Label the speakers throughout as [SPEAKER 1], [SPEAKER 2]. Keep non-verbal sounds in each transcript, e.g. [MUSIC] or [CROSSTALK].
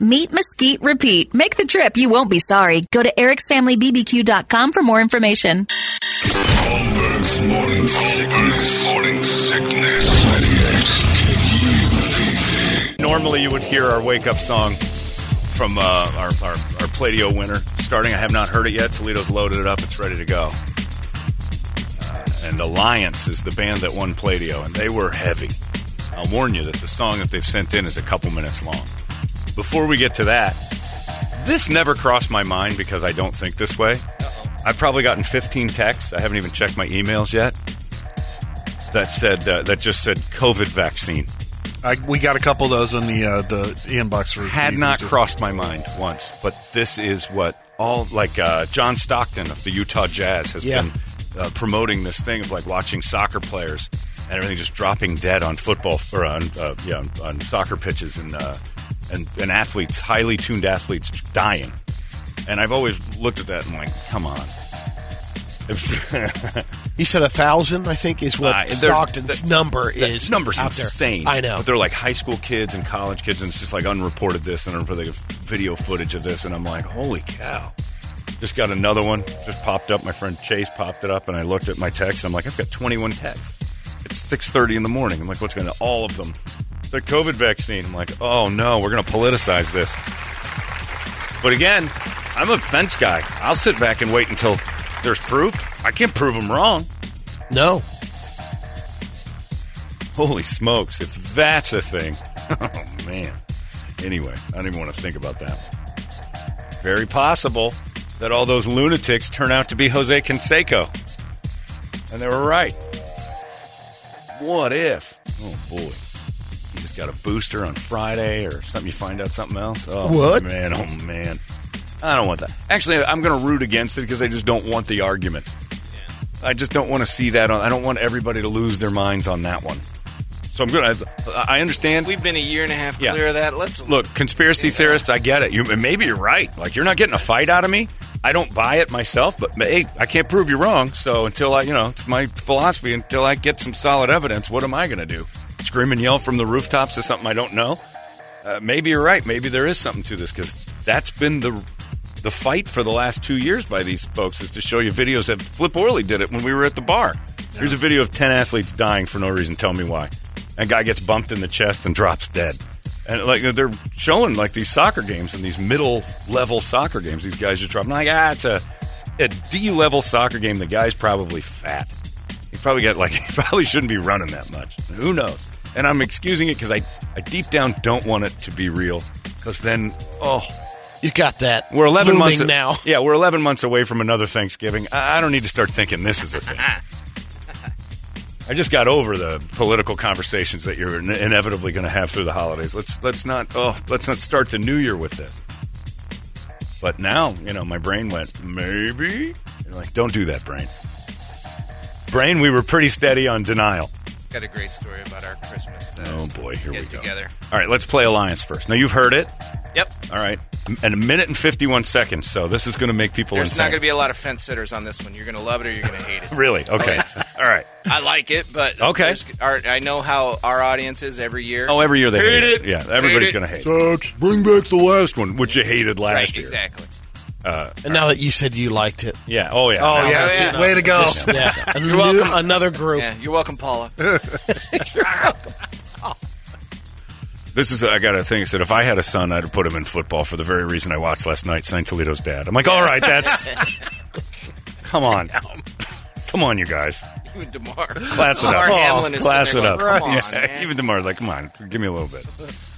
[SPEAKER 1] Meet, mesquite, repeat. Make the trip, you won't be sorry. Go to ericsfamilybbq.com for more information.
[SPEAKER 2] Holmberg's morning sickness. Morning sickness. 98
[SPEAKER 3] Normally, you would hear our wake up song from uh, our, our, our Play Doh winner starting. I have not heard it yet. Toledo's loaded it up, it's ready to go. Uh, and Alliance is the band that won Play Doh, and they were heavy. I'll warn you that the song that they've sent in is a couple minutes long. Before we get to that, this never crossed my mind because I don't think this way. I've probably gotten 15 texts. I haven't even checked my emails yet. That said, uh, that just said COVID vaccine.
[SPEAKER 4] I, we got a couple of those in the uh, the inbox. For
[SPEAKER 3] had not crossed my mind once, but this is what all like uh, John Stockton of the Utah Jazz has
[SPEAKER 4] Yeah.
[SPEAKER 3] been uh, promoting this thing of like watching soccer players and everything just dropping dead on football or on uh, yeah on, on soccer pitches and uh, and and athletes highly tuned athletes dying. And I've always looked at that and like, come on.
[SPEAKER 5] He said a thousand, I think, is what
[SPEAKER 3] Uh, they're-
[SPEAKER 5] Stockton's
[SPEAKER 3] that-
[SPEAKER 5] number
[SPEAKER 3] that
[SPEAKER 5] is.
[SPEAKER 3] number's
[SPEAKER 5] out there.
[SPEAKER 3] insane.
[SPEAKER 5] I know.
[SPEAKER 3] but they're like high school kids and college kids, and it's just like unreported this and unreported video footage of this, and I'm like, holy cow! Just got another one, just popped up. My friend Chase popped it up, and I looked at my text, and I'm like, I've got 21 texts. It's 6:30 in the morning. I'm like, what's going to all of them? The COVID vaccine. I'm like, oh no, we're going to politicize this. But again, I'm a fence guy. I'll sit back and wait until there's proof. I can't prove them wrong.
[SPEAKER 5] No.
[SPEAKER 3] Holy smokes, if that's a thing. [LAUGHS] Oh, man. Anyway, I don't even want to think about that. Very possible that all those lunatics turn out to be Jose Canseco. And they were right. What if? Oh, boy. You just got a booster on Friday or something, you find out something else? Oh,
[SPEAKER 5] What?
[SPEAKER 3] man. Oh, man. I don't want that. Actually, I'm going to root against it because I just don't want the argument. I just don't want to see that on. I don't want everybody to lose their minds on that one. So I'm going to. I understand.
[SPEAKER 6] We've been a year and a half
[SPEAKER 3] Yeah.
[SPEAKER 6] clear of that. Let's
[SPEAKER 3] Look, conspiracy theorists, I get it. You maybe you're right. Like you're not getting a fight out of me. I don't buy it myself, but hey, I can't prove you wrong. So until I, you know, it's my philosophy. Until I get some solid evidence, what am I going to do? Scream and yell from the rooftops is something I don't know. Uh, maybe you're right. Maybe there is something to this because that's been the the fight for the last two years by these folks is to show you videos that Flip Orley did it when we were at the bar. Here's a video of ten athletes dying for no reason. Tell me why. A guy gets bumped in the chest and drops dead. And like they're showing like these soccer games and these middle level soccer games. These guys just dropping like ah, it's a a D level soccer game. The guy's probably fat. He probably got like [LAUGHS] he probably shouldn't be running that much. Who knows? And I'm excusing it because I, I deep down don't want it to be real. Because then, oh,
[SPEAKER 5] You've got that.
[SPEAKER 3] we're 11
[SPEAKER 5] looming
[SPEAKER 3] months
[SPEAKER 5] now.
[SPEAKER 3] Yeah, we're 11 months away from another Thanksgiving. I, I don't need to start thinking this is a
[SPEAKER 6] [LAUGHS]
[SPEAKER 3] thing. I just got over the political conversations that you're in- inevitably going to have through the holidays. Let's let's not oh let's not start the new year with this. But now, you know, my brain went, maybe? And like, don't do that, brain. Brain, we were pretty steady on denial.
[SPEAKER 6] Got a great story about our Christmas. uh,
[SPEAKER 3] Oh, boy, here
[SPEAKER 6] get
[SPEAKER 3] we go.
[SPEAKER 6] together.
[SPEAKER 3] All right, let's play Alliance first. Now, you've heard it.
[SPEAKER 6] Yep.
[SPEAKER 3] All right. M- And a minute and 51 seconds, so this is going to make people
[SPEAKER 6] There's
[SPEAKER 3] insane.
[SPEAKER 6] not going to be a lot of fence sitters on this one. You're going to love it or you're going to hate it.
[SPEAKER 3] [LAUGHS] Really?
[SPEAKER 6] [LAUGHS]
[SPEAKER 3] Okay. All right.
[SPEAKER 6] I like it, but
[SPEAKER 3] Okay.
[SPEAKER 6] there's- Our, I know how our audience is every year.
[SPEAKER 3] Oh, every year they
[SPEAKER 6] Hate
[SPEAKER 3] hate,
[SPEAKER 6] it.
[SPEAKER 3] Yeah,
[SPEAKER 6] Hate
[SPEAKER 3] everybody's
[SPEAKER 6] it.
[SPEAKER 3] going to hate it. Sucks. Bring back the last one, which you hated last
[SPEAKER 6] right, exactly.
[SPEAKER 5] And now that you said you liked it,
[SPEAKER 3] Yeah. Oh, yeah.
[SPEAKER 5] Oh,
[SPEAKER 3] Now-
[SPEAKER 6] yeah. see,
[SPEAKER 4] way to go.
[SPEAKER 3] [LAUGHS]
[SPEAKER 5] yeah, you're welcome. Another group.
[SPEAKER 6] Yeah, you're welcome, Paula.
[SPEAKER 3] This is, I got to think, I said, if I had a son, I'd have put him in football for the very reason I watched last night, Saint Toledo's dad. I'm like, all right,
[SPEAKER 6] [LAUGHS]
[SPEAKER 3] that's. come on. Come on, you guys.
[SPEAKER 6] you and Demar.
[SPEAKER 3] Class it up. Oh,
[SPEAKER 6] Demar Hamlin is sitting
[SPEAKER 3] class it
[SPEAKER 6] there
[SPEAKER 3] up.
[SPEAKER 6] going, Come on,
[SPEAKER 3] [LAUGHS] Yeah,
[SPEAKER 6] man.
[SPEAKER 3] Even tomorrow's like, come on, give me a little bit.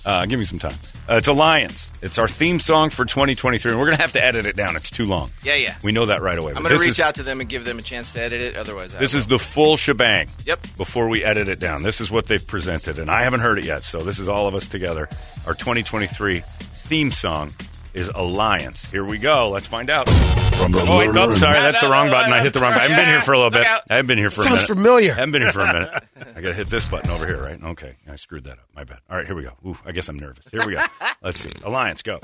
[SPEAKER 3] Uh, give me some time. Uh, it's Alliance. It's our theme song for 2023, and we're going to have to edit it down. It's too long.
[SPEAKER 6] Yeah, yeah.
[SPEAKER 3] We know that right away.
[SPEAKER 6] I'm
[SPEAKER 3] but
[SPEAKER 6] going to
[SPEAKER 3] this is-
[SPEAKER 6] reach out to them and give them a chance to edit it. Otherwise, I
[SPEAKER 3] This
[SPEAKER 6] will.
[SPEAKER 3] is the full shebang.
[SPEAKER 6] Yep.
[SPEAKER 3] Before we edit it down, this is what they've presented, and I haven't heard it yet. So this is all of us together. Our 2023 theme song is Alliance. Here we go. Let's find out.
[SPEAKER 2] From the
[SPEAKER 3] Oh, wait,
[SPEAKER 2] murder
[SPEAKER 3] nope,
[SPEAKER 2] and-
[SPEAKER 3] sorry, that's the wrong button. I hit the wrong button. I haven't been here for a little bit.
[SPEAKER 6] Look out.
[SPEAKER 3] I haven't been here for a
[SPEAKER 5] Sounds
[SPEAKER 3] minute.
[SPEAKER 5] familiar.
[SPEAKER 3] I haven't been here
[SPEAKER 5] [LAUGHS]
[SPEAKER 3] for a minute. I got to hit this button over here, right? Okay, I screwed that up. My bad. All right, here we go. Ooh, I guess I'm nervous. Here
[SPEAKER 6] [LAUGHS]
[SPEAKER 3] we go. Let's see. Alliance, go.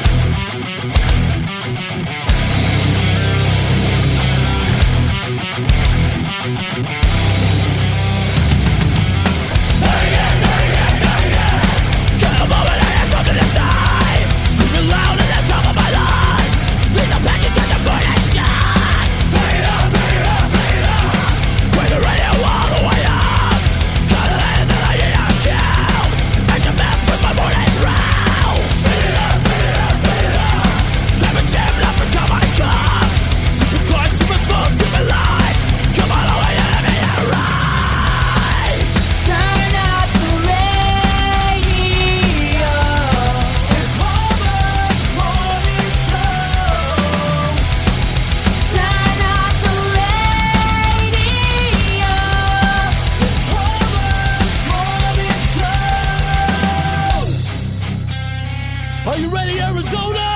[SPEAKER 7] Are you ready, Arizona?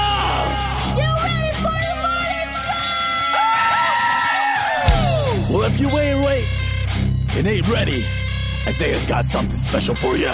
[SPEAKER 7] Well, if you ain't awake and ain't ready, Isaiah's got something special for you.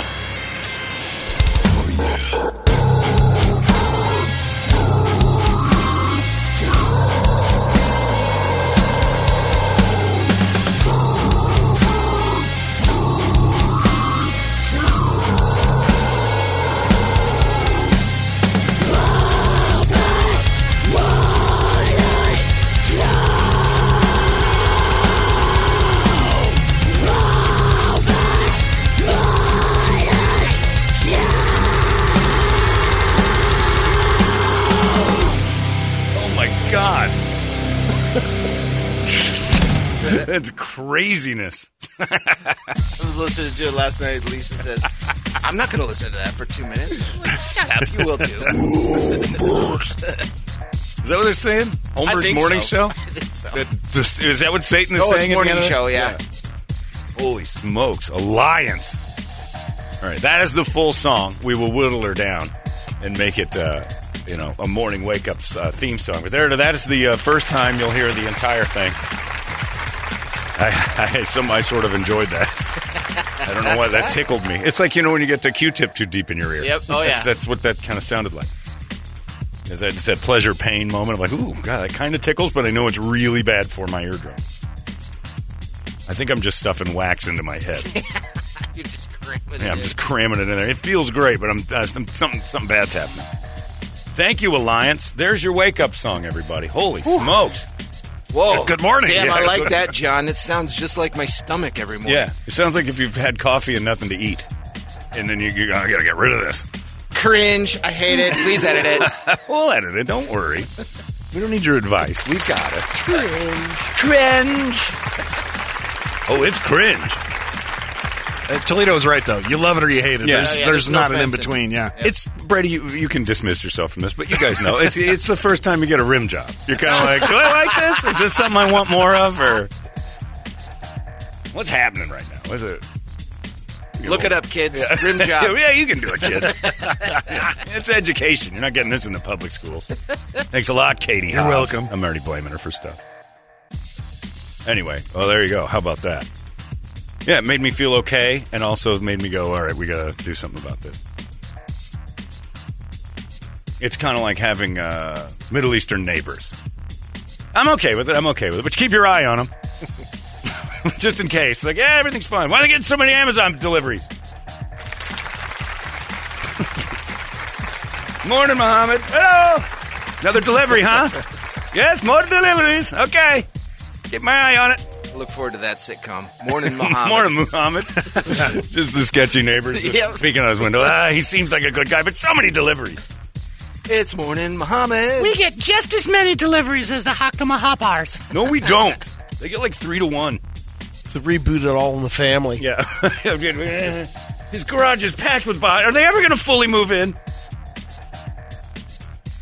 [SPEAKER 3] Oh my god.
[SPEAKER 6] [LAUGHS]
[SPEAKER 3] [LAUGHS] That's craziness.
[SPEAKER 6] I was listening to it last night. Lisa says, I'm not going to listen to that for two minutes. [LAUGHS] I'm like, Shut up. You
[SPEAKER 3] [LAUGHS]
[SPEAKER 6] will do.
[SPEAKER 3] Is that what they're saying?
[SPEAKER 6] I
[SPEAKER 3] Homer's
[SPEAKER 6] think
[SPEAKER 3] morning show?
[SPEAKER 6] so. I think so.
[SPEAKER 3] That, this, is that what Satan is
[SPEAKER 6] Oh,
[SPEAKER 3] saying?
[SPEAKER 6] it's
[SPEAKER 3] at the
[SPEAKER 6] morning
[SPEAKER 3] end of it?
[SPEAKER 6] show, yeah.
[SPEAKER 3] Holy smokes. Alliance. All right, that is the full song. We will whittle her down and make it, uh, you know, a morning wake up uh, theme song. But there, that is the uh, first time you'll hear the entire thing. I, [LAUGHS] I, some, I sort of enjoyed that. I don't know why that tickled me. It's like you know when you get the Q-tip too deep in your ear.
[SPEAKER 6] Yep. Oh,
[SPEAKER 3] that's,
[SPEAKER 6] yeah.
[SPEAKER 3] That's what that kind of sounded like. Is that just that pleasure pain moment of like, ooh, god, that kind of tickles, but I know it's really bad for my eardrum. I think I'm just stuffing wax into my head.
[SPEAKER 6] You're just screaming.
[SPEAKER 3] Yeah,
[SPEAKER 6] at
[SPEAKER 3] I'm
[SPEAKER 6] it.
[SPEAKER 3] just cramming it in there. It feels great, but I'm uh, some- something something bad's happening. Thank you, Alliance. There's your wake up song, everybody. Holy smokes!
[SPEAKER 6] Whoa.
[SPEAKER 3] Good morning.
[SPEAKER 6] Damn, I
[SPEAKER 3] Yeah.
[SPEAKER 6] like that, John. It sounds just like my stomach every morning.
[SPEAKER 3] Yeah, it sounds like if you've had coffee and nothing to eat, and then you, you "Oh, I gotta get rid of this.
[SPEAKER 6] Cringe. I hate it. Please
[SPEAKER 3] [LAUGHS]
[SPEAKER 6] edit it.
[SPEAKER 3] We'll edit it. Don't worry. We don't need your advice. We've got it. Cringe. Oh, it's cringe.
[SPEAKER 4] Uh, Toledo's right though. You love it or you hate it.
[SPEAKER 3] Yeah.
[SPEAKER 4] There's,
[SPEAKER 6] Oh, yeah,
[SPEAKER 4] there's,
[SPEAKER 6] there's no
[SPEAKER 4] not an in
[SPEAKER 6] fence in
[SPEAKER 4] between. Yeah.
[SPEAKER 3] It's Brady. You, you can dismiss yourself from this, but you guys know it's it's the first time you get a rim job. You're kind of like, do I like this? Is this something I want more of? Or what's happening right now? Is it?
[SPEAKER 6] Look it up, kids. Rim job.
[SPEAKER 3] [LAUGHS] yeah, you can do it, kid. it's education. You're not getting this in the public schools. Thanks a lot, Katie.
[SPEAKER 4] You're
[SPEAKER 3] Hobbs.
[SPEAKER 4] welcome.
[SPEAKER 3] I'm already blaming her for stuff. Anyway, well, there you go. How about that? Yeah, it made me feel okay, and also made me go, all right, we got to do something about this. It's kind of like having uh, Middle Eastern neighbors. I'm okay with it. I'm okay with it. But keep your eye on them. [LAUGHS] Just in case. Like, yeah, everything's fine. Why are they getting so many Amazon deliveries? [LAUGHS] Morning, Mohammed. Hello. Another delivery, huh? [LAUGHS] yes, more deliveries. Okay. Keep my eye on it.
[SPEAKER 6] Look forward to that sitcom.
[SPEAKER 3] [LAUGHS]
[SPEAKER 6] Morning, Muhammad.
[SPEAKER 3] Morning, Muhammad. [LAUGHS] Just the sketchy neighbors just
[SPEAKER 6] Yep.
[SPEAKER 3] peeking out his window. Ah, he seems like a good guy, but so many deliveries.
[SPEAKER 6] It's morning, Muhammad.
[SPEAKER 8] We get just as many deliveries as the Hakama Hoppars.
[SPEAKER 3] No, we don't. They get like three to one.
[SPEAKER 5] The reboot of All in the Family.
[SPEAKER 3] [LAUGHS] Yeah. [LAUGHS] His garage is packed with bodies. Are they ever going to fully move in?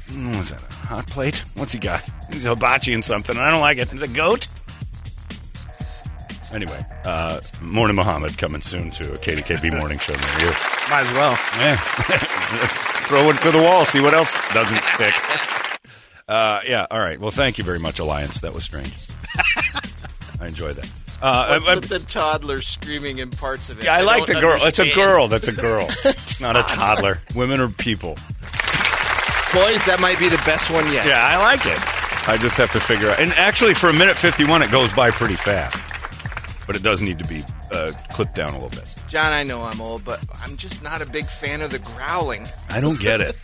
[SPEAKER 3] Mm, What was that? A hot plate? What's he got? He's hibachi and something. and I don't like it. Is it a goat? Anyway, uh, Morning Muhammad coming soon to a
[SPEAKER 5] [LAUGHS]
[SPEAKER 3] KDKB morning show near you.
[SPEAKER 5] Might as well.
[SPEAKER 3] Yeah. [LAUGHS] Throw it to the wall, see what else doesn't
[SPEAKER 5] [LAUGHS]
[SPEAKER 3] stick. Uh, yeah, all right. Well, thank you very much, Alliance. That was strange. [LAUGHS] I enjoyed that. Uh,
[SPEAKER 6] What's
[SPEAKER 3] I- I-
[SPEAKER 6] with the toddler screaming in parts of it?
[SPEAKER 3] yeah, I like the
[SPEAKER 6] don't
[SPEAKER 3] girl. It's a
[SPEAKER 6] understand.
[SPEAKER 3] girl. That's a girl.
[SPEAKER 6] [LAUGHS]
[SPEAKER 3] It's not a toddler. Women are people.
[SPEAKER 6] Boys, that might be the best one yet.
[SPEAKER 3] Yeah, I like it. I just have to figure out. And actually, for a minute 51, it goes by pretty fast. But it does need to be uh, clipped down a little bit.
[SPEAKER 6] John, I know I'm old, but I'm just not a big fan of the growling.
[SPEAKER 3] I don't get it.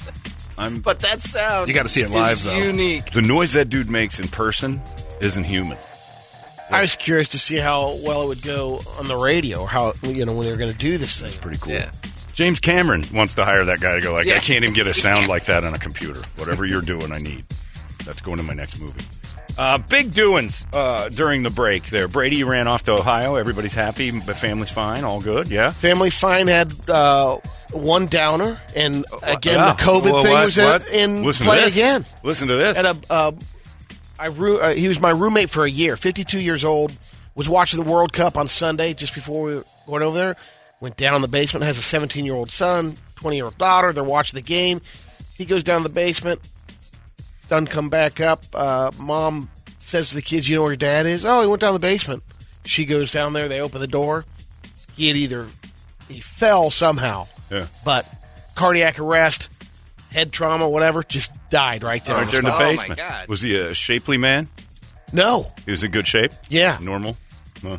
[SPEAKER 3] I'm
[SPEAKER 6] But that sound
[SPEAKER 4] You gotta see it
[SPEAKER 6] is
[SPEAKER 4] live, though.
[SPEAKER 6] Unique.
[SPEAKER 3] The noise that dude makes in person isn't human.
[SPEAKER 5] I was curious to see how well it would go on the radio, or how you know when they were going to do this thing.
[SPEAKER 3] Pretty cool. James Cameron wants to hire that guy to go like,
[SPEAKER 6] Yeah.
[SPEAKER 3] I can't even get a sound like that on a computer. Whatever you're doing, I need. That's going to my next movie. Uh, big doings uh, during the break there. Brady ran off to Ohio. Everybody's happy. The family's fine. All good. Yeah.
[SPEAKER 5] Family Fine had uh, one downer, and again
[SPEAKER 3] Uh, Yeah.
[SPEAKER 5] the COVID
[SPEAKER 3] Well,
[SPEAKER 5] thing
[SPEAKER 3] what-
[SPEAKER 5] was in,
[SPEAKER 3] what?
[SPEAKER 5] in
[SPEAKER 3] Listen to
[SPEAKER 5] play
[SPEAKER 3] this.
[SPEAKER 5] again.
[SPEAKER 3] Listen to this.
[SPEAKER 5] At a, uh, I ru- uh, he was my roommate for a year. Fifty-two years old. Was watching the World Cup on Sunday just before we were going over there. Went down in the basement. Has a seventeen-year-old son, twenty-year-old daughter. They're watching the game. He goes down the basement. Done come back up. Uh, Mom says to the kids, "You know where your dad is?" Oh, he went down the basement. She goes down there. They open the door. He had either he fell somehow,
[SPEAKER 3] Yeah.
[SPEAKER 5] but cardiac arrest, head trauma, whatever, just died right there. on
[SPEAKER 3] right there
[SPEAKER 5] the
[SPEAKER 3] in the
[SPEAKER 5] spot.
[SPEAKER 6] Oh, my
[SPEAKER 3] basement.
[SPEAKER 6] God.
[SPEAKER 3] Was he a shapely man?
[SPEAKER 5] No.
[SPEAKER 3] He was in good shape.
[SPEAKER 5] Yeah.
[SPEAKER 3] Normal. Huh.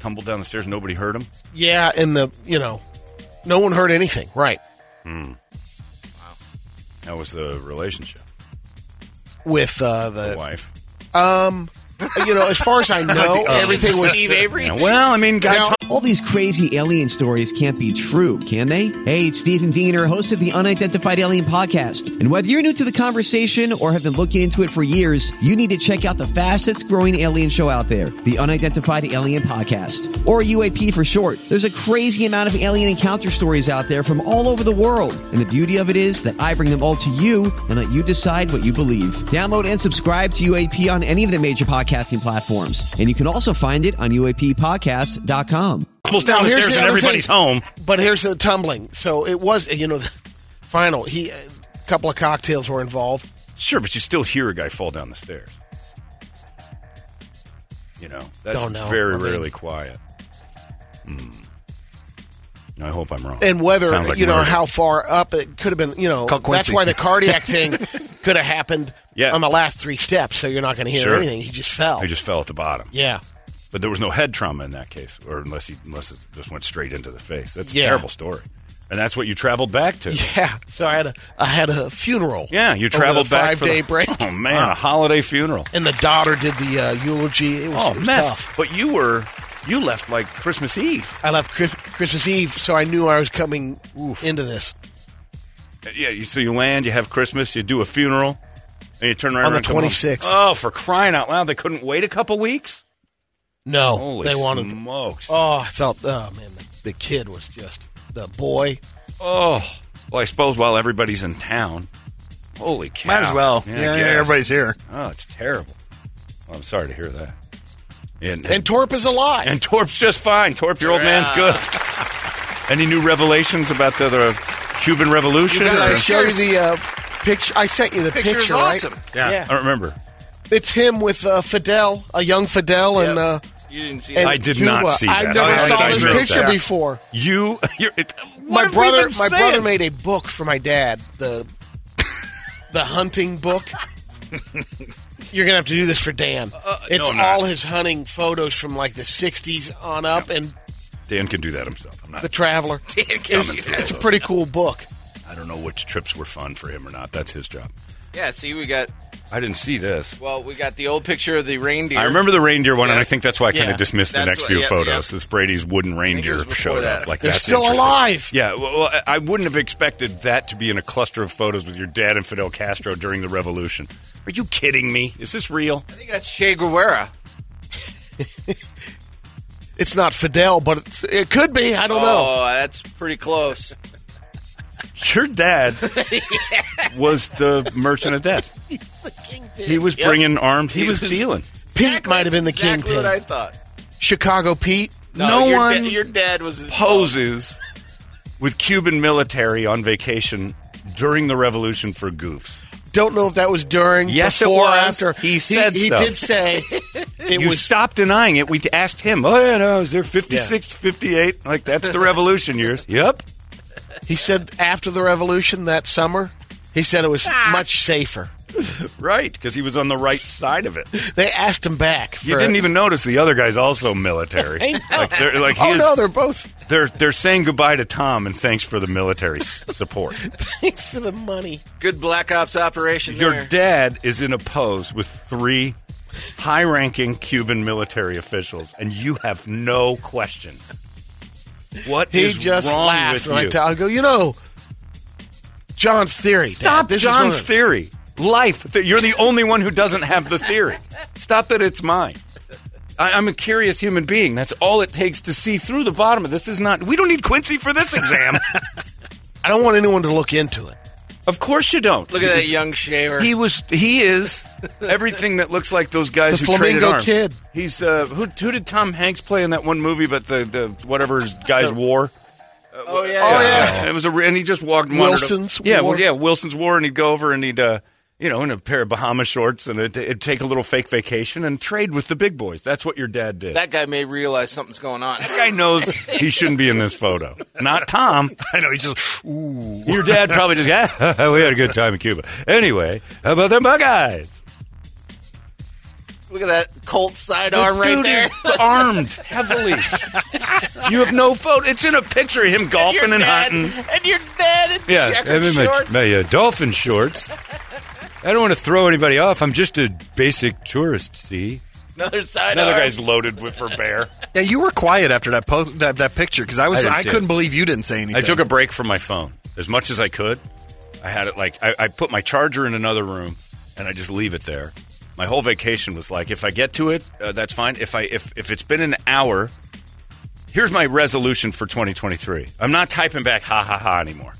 [SPEAKER 3] Tumbled down the stairs. Nobody heard him.
[SPEAKER 5] Yeah, and the you know, no one heard anything. Right.
[SPEAKER 3] That was the relationship.
[SPEAKER 5] With uh,
[SPEAKER 3] The
[SPEAKER 5] the
[SPEAKER 3] wife.
[SPEAKER 5] um, you know, as
[SPEAKER 3] [LAUGHS]
[SPEAKER 5] far as I know, everything was
[SPEAKER 6] Steve Avery.
[SPEAKER 3] Yeah, well, I mean, guy.
[SPEAKER 5] Now-
[SPEAKER 7] All these crazy alien stories can't be true, can they? Hey, it's Stephen Diener, host of the Unidentified Alien Podcast. And whether you're new to the conversation or have been looking into it for years, you need to check out the fastest growing alien show out there, the Unidentified Alien Podcast, or UAP for short. There's a crazy amount of alien encounter stories out there from all over the world. And the beauty of it is that I bring them all to you and let you decide what you believe. Download and subscribe to UAP on any of the major podcasting platforms. And you can also find it on UAPpodcast.com.
[SPEAKER 3] Tumbles down
[SPEAKER 5] Now,
[SPEAKER 3] the
[SPEAKER 5] here's
[SPEAKER 3] stairs
[SPEAKER 5] the
[SPEAKER 3] and
[SPEAKER 5] other
[SPEAKER 3] everybody's
[SPEAKER 5] thing.
[SPEAKER 3] home.
[SPEAKER 5] But here's the tumbling. So it was you know, the final. He a couple of cocktails were involved.
[SPEAKER 3] Sure, but you still hear a guy fall down the stairs. You know, that's
[SPEAKER 5] Don't know.
[SPEAKER 3] very
[SPEAKER 5] I mean-
[SPEAKER 3] rarely quiet. Hmm. I hope I'm wrong.
[SPEAKER 5] and whether
[SPEAKER 3] Sounds like
[SPEAKER 5] you know
[SPEAKER 3] murder.
[SPEAKER 5] how far up it could have been. You know,
[SPEAKER 4] Call
[SPEAKER 5] that's
[SPEAKER 4] Quincy.
[SPEAKER 5] why the
[SPEAKER 3] [LAUGHS]
[SPEAKER 5] cardiac thing could have happened
[SPEAKER 3] Yeah.
[SPEAKER 5] on the last three steps. So you're not going to hear
[SPEAKER 3] Sure.
[SPEAKER 5] anything. He just fell.
[SPEAKER 3] I just fell at the bottom.
[SPEAKER 5] yeah, [LAUGHS]
[SPEAKER 3] But there was no head trauma in that case, or unless he unless it just went straight into the face. That's a
[SPEAKER 5] Yeah.
[SPEAKER 3] terrible story, and that's what you traveled back to.
[SPEAKER 5] yeah. So I had a I had a funeral.
[SPEAKER 3] Yeah, you traveled back
[SPEAKER 5] five
[SPEAKER 3] for
[SPEAKER 5] day
[SPEAKER 3] the,
[SPEAKER 5] break.
[SPEAKER 3] [LAUGHS] Oh man, a holiday funeral.
[SPEAKER 5] and the daughter did the uh, eulogy. It was,
[SPEAKER 3] Oh
[SPEAKER 5] it was
[SPEAKER 3] mess.
[SPEAKER 5] tough.
[SPEAKER 3] But you were you left like Christmas Eve.
[SPEAKER 5] I left Chris, Christmas Eve, so I knew I was coming into this
[SPEAKER 3] Yeah, you, so you land, you have Christmas, you do a funeral, and you turn right
[SPEAKER 5] On
[SPEAKER 3] around
[SPEAKER 5] the
[SPEAKER 3] and come home.
[SPEAKER 5] 26th.
[SPEAKER 3] Oh, for crying out loud! They couldn't wait a couple weeks.
[SPEAKER 5] No,
[SPEAKER 3] Holy
[SPEAKER 5] they wanted.
[SPEAKER 3] smokes! Oh.
[SPEAKER 5] Oh, I felt. Oh man, the, the kid was just the boy.
[SPEAKER 3] Oh. well, I suppose while everybody's in town, holy cow!
[SPEAKER 4] Might as well.
[SPEAKER 3] Yeah, I
[SPEAKER 4] yeah, yeah,
[SPEAKER 3] guess.
[SPEAKER 4] everybody's here.
[SPEAKER 3] Oh, it's terrible. Well, I'm sorry to hear that. And,
[SPEAKER 5] And Torp is alive.
[SPEAKER 3] and Torp's just fine. Torp, your old man's good. [LAUGHS] Any new revelations about the, the Cuban Revolution?
[SPEAKER 5] You got-
[SPEAKER 3] or-
[SPEAKER 5] I showed you the uh, picture. I sent you the picture.
[SPEAKER 6] Picture is
[SPEAKER 5] right?
[SPEAKER 6] awesome.
[SPEAKER 3] yeah, I don't remember.
[SPEAKER 5] It's him with uh, Fidel, a young Fidel, and uh,
[SPEAKER 6] You didn't see
[SPEAKER 5] and
[SPEAKER 3] I did
[SPEAKER 5] Cuba.
[SPEAKER 3] not see that.
[SPEAKER 5] I never
[SPEAKER 3] I- I
[SPEAKER 5] saw this
[SPEAKER 3] missed
[SPEAKER 5] picture
[SPEAKER 3] that.
[SPEAKER 5] before.
[SPEAKER 3] You, [LAUGHS] you're, it,
[SPEAKER 5] my brother, my brother made a book for my dad. The the hunting book.
[SPEAKER 3] [LAUGHS]
[SPEAKER 5] You're gonna have to do this for Dan. it's
[SPEAKER 3] Uh, I'm not.
[SPEAKER 5] all his hunting photos from like the '60s on up, and
[SPEAKER 3] Dan can do that himself. I'm not.
[SPEAKER 5] the Traveler.
[SPEAKER 3] coming
[SPEAKER 5] It's,
[SPEAKER 3] for
[SPEAKER 5] it's a
[SPEAKER 3] those.
[SPEAKER 5] pretty cool book.
[SPEAKER 3] I don't know which trips were fun for him or not. That's his job.
[SPEAKER 6] [LAUGHS] Yeah, see, we got
[SPEAKER 3] I didn't see this.
[SPEAKER 6] well, we got the old picture of the reindeer.
[SPEAKER 3] I remember the reindeer one, and
[SPEAKER 6] Yeah.
[SPEAKER 3] I think that's why I kind
[SPEAKER 5] Yeah.
[SPEAKER 3] of dismissed the
[SPEAKER 6] That's
[SPEAKER 3] next
[SPEAKER 6] what-
[SPEAKER 3] few
[SPEAKER 6] yeah,
[SPEAKER 3] photos.
[SPEAKER 6] yeah.
[SPEAKER 3] This Brady's wooden reindeer
[SPEAKER 6] before
[SPEAKER 3] showed
[SPEAKER 6] that.
[SPEAKER 3] up. Like
[SPEAKER 5] They're
[SPEAKER 3] that's
[SPEAKER 5] still
[SPEAKER 3] interesting.
[SPEAKER 5] alive.
[SPEAKER 3] Yeah, well, well, I I wouldn't have expected that to be in a cluster of photos with your dad and Fidel Castro during the revolution. Are you kidding me? Is this real?
[SPEAKER 6] I think that's Che Guevara.
[SPEAKER 5] It's not Fidel, but it's, it could be. I don't know.
[SPEAKER 6] Oh, that's pretty close.
[SPEAKER 3] Your dad was the merchant of death. He was
[SPEAKER 6] Yep.
[SPEAKER 3] bringing arms. He,
[SPEAKER 6] He
[SPEAKER 3] was,
[SPEAKER 6] was-
[SPEAKER 3] dealing.
[SPEAKER 5] Pete
[SPEAKER 6] Exactly-
[SPEAKER 5] might have been the
[SPEAKER 6] exactly
[SPEAKER 5] kingpin.
[SPEAKER 6] What I thought.
[SPEAKER 5] Chicago Pete.
[SPEAKER 3] No
[SPEAKER 6] your
[SPEAKER 3] one
[SPEAKER 6] da- your dad was
[SPEAKER 3] poses with Cuban military on vacation during the revolution for goofs.
[SPEAKER 5] Don't know if that was during,
[SPEAKER 3] Yes, it
[SPEAKER 5] before,
[SPEAKER 3] was.
[SPEAKER 5] after.
[SPEAKER 3] He said
[SPEAKER 5] he,
[SPEAKER 3] so. [LAUGHS]
[SPEAKER 5] did say it
[SPEAKER 3] you
[SPEAKER 5] was
[SPEAKER 3] stop denying it. We asked him, oh, yeah, no, is there 56 58? Like, that's [LAUGHS] the revolution years. Yep.
[SPEAKER 5] He said after the revolution that summer, he said it was much safer.
[SPEAKER 3] Right, because he was on the right side of it.
[SPEAKER 5] They asked him back. For
[SPEAKER 3] You didn't even notice the other guy's also [LAUGHS] military.
[SPEAKER 5] I know.
[SPEAKER 3] Like, they're, like he
[SPEAKER 5] Oh
[SPEAKER 3] is-
[SPEAKER 5] no, they're both [LAUGHS]
[SPEAKER 3] they're, they're saying goodbye to Tom and thanks for the military s- support.
[SPEAKER 5] thanks for the money.
[SPEAKER 6] good black ops operation.
[SPEAKER 3] Your
[SPEAKER 6] there.
[SPEAKER 3] dad is in a pose with three high ranking Cuban military officials, and you have no question. What
[SPEAKER 5] He
[SPEAKER 3] is
[SPEAKER 5] just
[SPEAKER 3] wrong
[SPEAKER 5] laughed
[SPEAKER 3] with
[SPEAKER 5] when I
[SPEAKER 3] you?
[SPEAKER 5] tell- I go, you know, John's theory. Dad.
[SPEAKER 3] Stop
[SPEAKER 5] This is one
[SPEAKER 3] John's
[SPEAKER 5] of-
[SPEAKER 3] theory. Life. Th- You're the only one who doesn't have the theory. Stop that it's mine. I, I'm a curious human being. That's all it takes to see through the bottom of this. Is not. We don't need Quincy for this
[SPEAKER 5] [LAUGHS]
[SPEAKER 3] exam.
[SPEAKER 5] I don't want anyone to look into it.
[SPEAKER 3] of course you don't.
[SPEAKER 6] Look at that young shaver.
[SPEAKER 3] He was. He is [LAUGHS] everything that looks like those guys
[SPEAKER 5] The
[SPEAKER 3] who traded
[SPEAKER 5] Flamingo
[SPEAKER 3] arms.
[SPEAKER 5] Kid.
[SPEAKER 3] He's uh, who? Who did Tom Hanks play in that one movie? But the the whatever his guys wore.
[SPEAKER 6] oh yeah.
[SPEAKER 5] Oh, yeah.
[SPEAKER 3] It was a re- and he just walked. and wandered up-
[SPEAKER 5] Wilson's
[SPEAKER 3] yeah,
[SPEAKER 5] War.
[SPEAKER 3] well, yeah, Wilson's war, and he'd go over and he'd uh, you know in a pair of Bahama shorts and it'd, it'd take a little fake vacation and trade with the big boys. That's what your dad did.
[SPEAKER 6] That guy may realize something's going on. [LAUGHS]
[SPEAKER 3] guy knows he shouldn't be in this photo. Not Tom.
[SPEAKER 4] [LAUGHS] I know. He's just, ooh.
[SPEAKER 3] Your dad probably just ah, [LAUGHS] we had a good time in Cuba. Anyway, how about them Buckeyes?
[SPEAKER 6] Look at that Colt sidearm
[SPEAKER 3] The
[SPEAKER 6] right
[SPEAKER 3] dude
[SPEAKER 6] there.
[SPEAKER 3] is armed heavily. you have no photo. It's in a picture of him golfing and, hunting.
[SPEAKER 6] [LAUGHS] And your dad in
[SPEAKER 3] Yeah, I'm
[SPEAKER 6] checkered
[SPEAKER 3] in my,
[SPEAKER 6] shorts.
[SPEAKER 3] my uh, dolphin shorts. I don't want to throw anybody off. I'm just a basic tourist. See,
[SPEAKER 6] Another sidearm.
[SPEAKER 3] another guy's loaded with for bear.
[SPEAKER 4] Yeah, you were quiet after that po- that, that picture because I was
[SPEAKER 3] I didn't
[SPEAKER 4] I,
[SPEAKER 3] see
[SPEAKER 4] couldn't
[SPEAKER 3] it.
[SPEAKER 4] believe you didn't say anything.
[SPEAKER 3] I took a break from my phone as much as I could. I had it like I, I put my charger in another room and I just leave it there. My whole vacation was like, if I get to it, uh, that's fine. If I if if it's been an hour, here's my resolution for 2023. I'm not typing back ha ha ha anymore.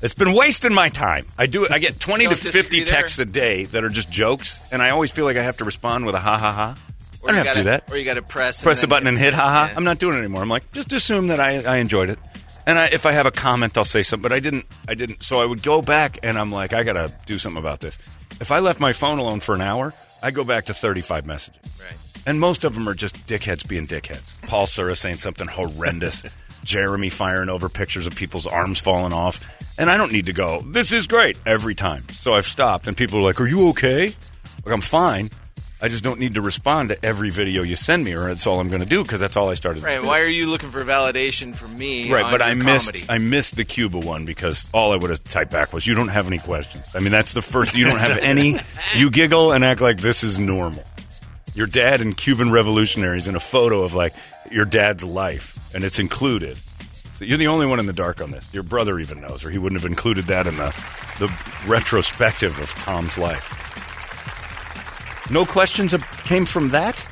[SPEAKER 3] It's been wasting my time. I do. I get 20 to
[SPEAKER 6] Don't
[SPEAKER 3] 50
[SPEAKER 6] disagree there.
[SPEAKER 3] texts a day that are just jokes, and I always feel like I have to respond with a ha ha ha. I
[SPEAKER 6] you
[SPEAKER 3] don't have
[SPEAKER 6] gotta,
[SPEAKER 3] to do that
[SPEAKER 6] Or you got to press.
[SPEAKER 3] press the
[SPEAKER 6] and
[SPEAKER 3] button
[SPEAKER 6] then-
[SPEAKER 3] and hit haha.
[SPEAKER 6] Yeah.
[SPEAKER 3] I'm not doing it anymore. I'm like, just assume that I, I enjoyed it. And I, if I have a comment, I'll say something. But I didn't. I didn't. So I would go back and I'm like, I gotta do something about this. If I left my phone alone for an hour, I go back to 35 messages.
[SPEAKER 6] Right.
[SPEAKER 3] And most of them are just dickheads being dickheads. Paul Sura saying something horrendous. Jeremy firing over pictures of people's arms falling off. And I don't need to go, this is great every time. So I've stopped, and people are like, Are you okay? Like, I'm fine. I just don't need to respond to every video you send me, or that's all I'm going to do because that's all I started.
[SPEAKER 6] Right. Why are you looking for validation from me?
[SPEAKER 3] Right,
[SPEAKER 6] on
[SPEAKER 3] but
[SPEAKER 6] your
[SPEAKER 3] I missed
[SPEAKER 6] comedy?
[SPEAKER 3] I missed the Cuba one because all I would have typed back was you don't have any questions. I mean that's the first you don't
[SPEAKER 6] [LAUGHS]
[SPEAKER 3] have any you giggle and act like this is normal. Your dad and Cuban revolutionaries in a photo of like your dad's life and it's included. So you're the only one in the dark on this. Your brother even knows or he wouldn't have included that in the the retrospective of Tom's life. No questions ab- came from that?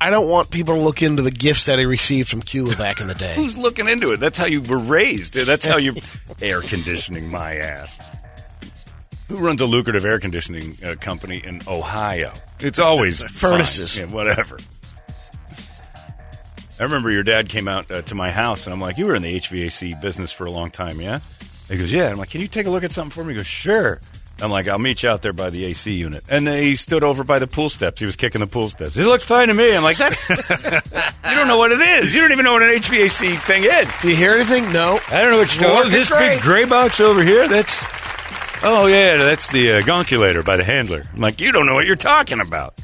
[SPEAKER 5] I don't want people to look into the gifts that he received from Cuba back in the day.
[SPEAKER 3] Who's looking into it? That's how you were raised. That's how
[SPEAKER 6] [LAUGHS]
[SPEAKER 3] you air conditioning my ass. Who runs a lucrative air conditioning uh, company in Ohio? It's always fun.
[SPEAKER 5] Furnaces.
[SPEAKER 3] Yeah, whatever. I remember your dad came out uh, to my house, and I'm like, "You were in the HVAC business for a long time, yeah?" He goes, "Yeah." I'm like, "Can you take a look at something for me?" He goes, "Sure." I'm like, "I'll meet you out there by the AC unit." And then he stood over by the pool steps. He was kicking the pool steps. It looks fine to me. I'm like, "That's [LAUGHS] you don't know what it is. You don't even know what an HVAC thing is."
[SPEAKER 5] Do you hear anything? No.
[SPEAKER 3] I don't know what you're talking.
[SPEAKER 5] Lorcan
[SPEAKER 3] This
[SPEAKER 5] Gray.
[SPEAKER 3] big gray box over here. That's oh yeah, that's the uh, gonculator by the handler. I'm like, "You don't know what you're talking about."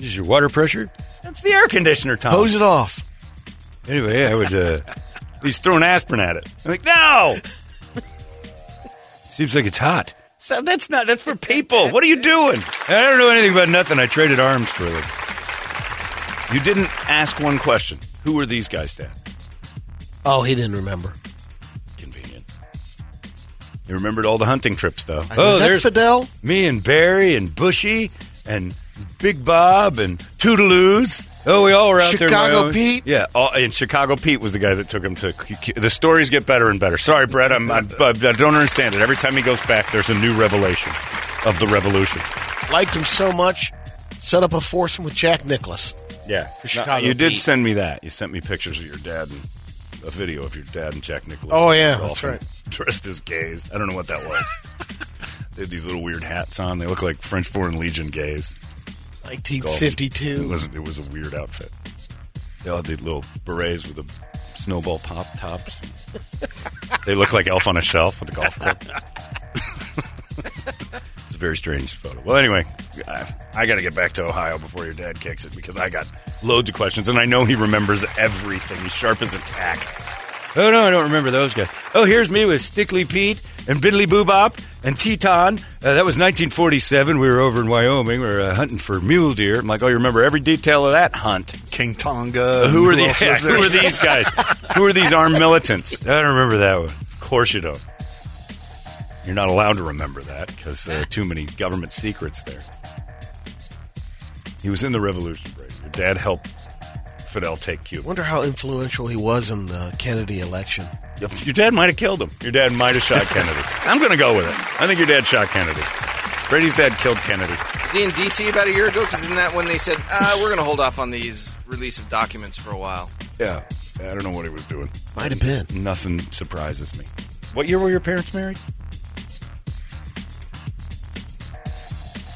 [SPEAKER 3] This is your water pressure. That's the air conditioner, Tom.
[SPEAKER 5] Hose it off.
[SPEAKER 3] Anyway, yeah, I was. [LAUGHS] Uh, he's throwing aspirin at it. I'm like, no. [LAUGHS] Seems like it's hot. So that's not. That's for people. What are you doing? I don't know anything about nothing. I traded arms for them. You didn't ask one question. Who were these guys, Dad?
[SPEAKER 5] Oh, he didn't remember.
[SPEAKER 3] Convenient. You remembered all the hunting trips, though. Oh,
[SPEAKER 5] is that Fidel?
[SPEAKER 3] me and Barry and Bushy and Big Bob and Toodaloos. Oh, we all were out there. in
[SPEAKER 5] Chicago
[SPEAKER 3] Wyoming.
[SPEAKER 5] Pete?
[SPEAKER 3] Yeah, all, and Chicago Pete was the guy that took him to. The stories get better and better. Sorry, Brett, I'm, I, I don't understand it. Every time he goes back, there's a new revelation of the revolution.
[SPEAKER 5] Liked him so much, set up a foursome with Jack Nicholas.
[SPEAKER 3] Yeah,
[SPEAKER 5] For Chicago
[SPEAKER 3] you did
[SPEAKER 5] Pete.
[SPEAKER 3] send me that. You sent me pictures of your dad and a video of your dad and Jack Nicholas.
[SPEAKER 5] Oh, yeah, that's
[SPEAKER 3] golfing,
[SPEAKER 5] right.
[SPEAKER 3] Dressed as gays. I don't know what that was.
[SPEAKER 5] [LAUGHS]
[SPEAKER 3] they had these little weird hats on. They look like French Foreign Legion gays. golfing.
[SPEAKER 5] 1952.
[SPEAKER 3] It was it was a weird outfit. They all had these little berets with the snowball pop tops. they look like Elf on a Shelf with a golf club. it's a very strange photo. Well, anyway, I, I got to get back to Ohio before your dad kicks it because I got loads of questions and I know he remembers everything. He's sharp as a tack. Oh no, I don't remember those guys. Oh, here's me with Stickly Pete and Biddly Boobop and Teton. Uh, that was 1947. We were over in Wyoming. We were uh, hunting for mule deer. I'm like, oh, you remember every detail of that hunt?
[SPEAKER 4] King Tonga.
[SPEAKER 3] Uh, who are
[SPEAKER 4] and
[SPEAKER 3] these?
[SPEAKER 4] else was
[SPEAKER 3] [LAUGHS]
[SPEAKER 4] there?
[SPEAKER 3] who are these guys? who are these armed militants? I don't remember that one. Of course you don't. You're not allowed to remember that because uh, too many government secrets there. He was in the Revolution. Brady. Your dad helped Fidel take Cuba.
[SPEAKER 5] Wonder how influential he was in the Kennedy election.
[SPEAKER 3] Yep. Your dad might have killed him. Your dad might have [LAUGHS] shot Kennedy. I'm going to go with it. I think your dad shot Kennedy. Brady's dad killed Kennedy.
[SPEAKER 6] Was he in D.C. about a year ago? Because isn't that when they said uh, we're going to hold off on these release of documents for a while?
[SPEAKER 3] Yeah. I don't know what he was doing.
[SPEAKER 5] Might have been.
[SPEAKER 3] Nothing surprises me. What year were your parents married?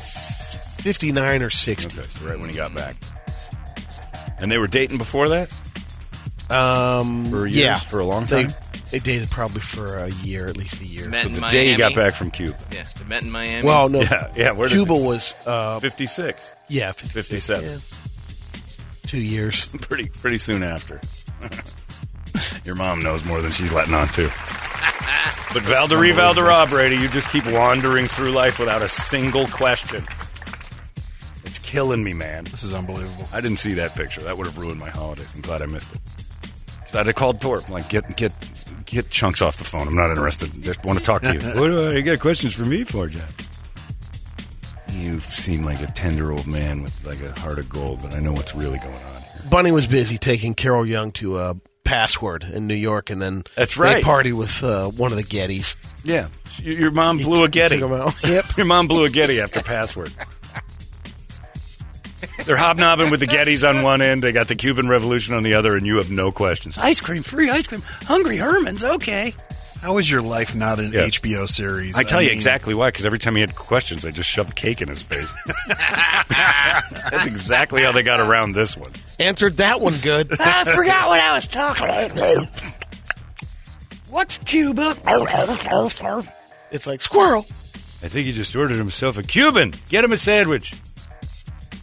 [SPEAKER 5] 59 or 60.
[SPEAKER 3] Okay, so right when he got back. And they were dating before that?
[SPEAKER 5] Um,
[SPEAKER 3] For years?
[SPEAKER 5] yeah.
[SPEAKER 3] For a long
[SPEAKER 5] They,
[SPEAKER 3] time?
[SPEAKER 5] they dated probably for a year, at least a year.
[SPEAKER 6] Met in
[SPEAKER 3] the
[SPEAKER 6] Miami.
[SPEAKER 3] day he got back from Cuba.
[SPEAKER 6] Yeah, they met in Miami.
[SPEAKER 5] Well, no.
[SPEAKER 3] Yeah, yeah, where did
[SPEAKER 5] Cuba
[SPEAKER 3] they-
[SPEAKER 5] was, uh,
[SPEAKER 3] 56.
[SPEAKER 5] yeah, 56,
[SPEAKER 3] 57.
[SPEAKER 5] yeah. Two
[SPEAKER 3] [LAUGHS]
[SPEAKER 5] years.
[SPEAKER 3] Pretty, pretty soon after. [LAUGHS] your mom knows more than she's letting on, too. But Valderie Valderra, Brady, you just keep wandering through life without a single question. It's killing me, man.
[SPEAKER 4] This is unbelievable.
[SPEAKER 3] I didn't see that picture. That would have ruined my holidays. I'm glad I missed it. 'Cause I'd have called Torp. Like, get get get chunks off the phone. I'm not interested. Just want to talk to you. [LAUGHS] what do I, you got questions for me for, Jeff? You seem like a tender old man with like a heart of gold, but I know what's really going on here.
[SPEAKER 5] Bunny was busy taking Carol Young to a password in New York, and then
[SPEAKER 3] That's
[SPEAKER 5] They
[SPEAKER 3] right.
[SPEAKER 5] partied with uh, one of the Gettys.
[SPEAKER 3] Yeah, Y- your mom
[SPEAKER 5] He
[SPEAKER 3] blew
[SPEAKER 5] t-
[SPEAKER 3] a
[SPEAKER 5] he
[SPEAKER 3] Getty.
[SPEAKER 5] took
[SPEAKER 3] [LAUGHS]
[SPEAKER 5] 'em out. Yep.
[SPEAKER 3] your mom blew a Getty after password. They're hobnobbing with the Gettys on one end. They got the Cuban Revolution on the other, and you have no questions.
[SPEAKER 8] Ice cream, free ice cream. Hungry Herman's, okay.
[SPEAKER 4] How is your life not an
[SPEAKER 3] Yeah.
[SPEAKER 4] HBO series?
[SPEAKER 3] I tell you
[SPEAKER 4] mean,
[SPEAKER 3] exactly why, because every time he had questions, I just shoved cake in his [LAUGHS] face. That's exactly how they got around this one.
[SPEAKER 5] Answered that one good.
[SPEAKER 8] [LAUGHS] I forgot what I was talking about. What's Cuba?
[SPEAKER 5] it's like squirrel.
[SPEAKER 3] I think he just ordered himself a Cuban. Get him a sandwich.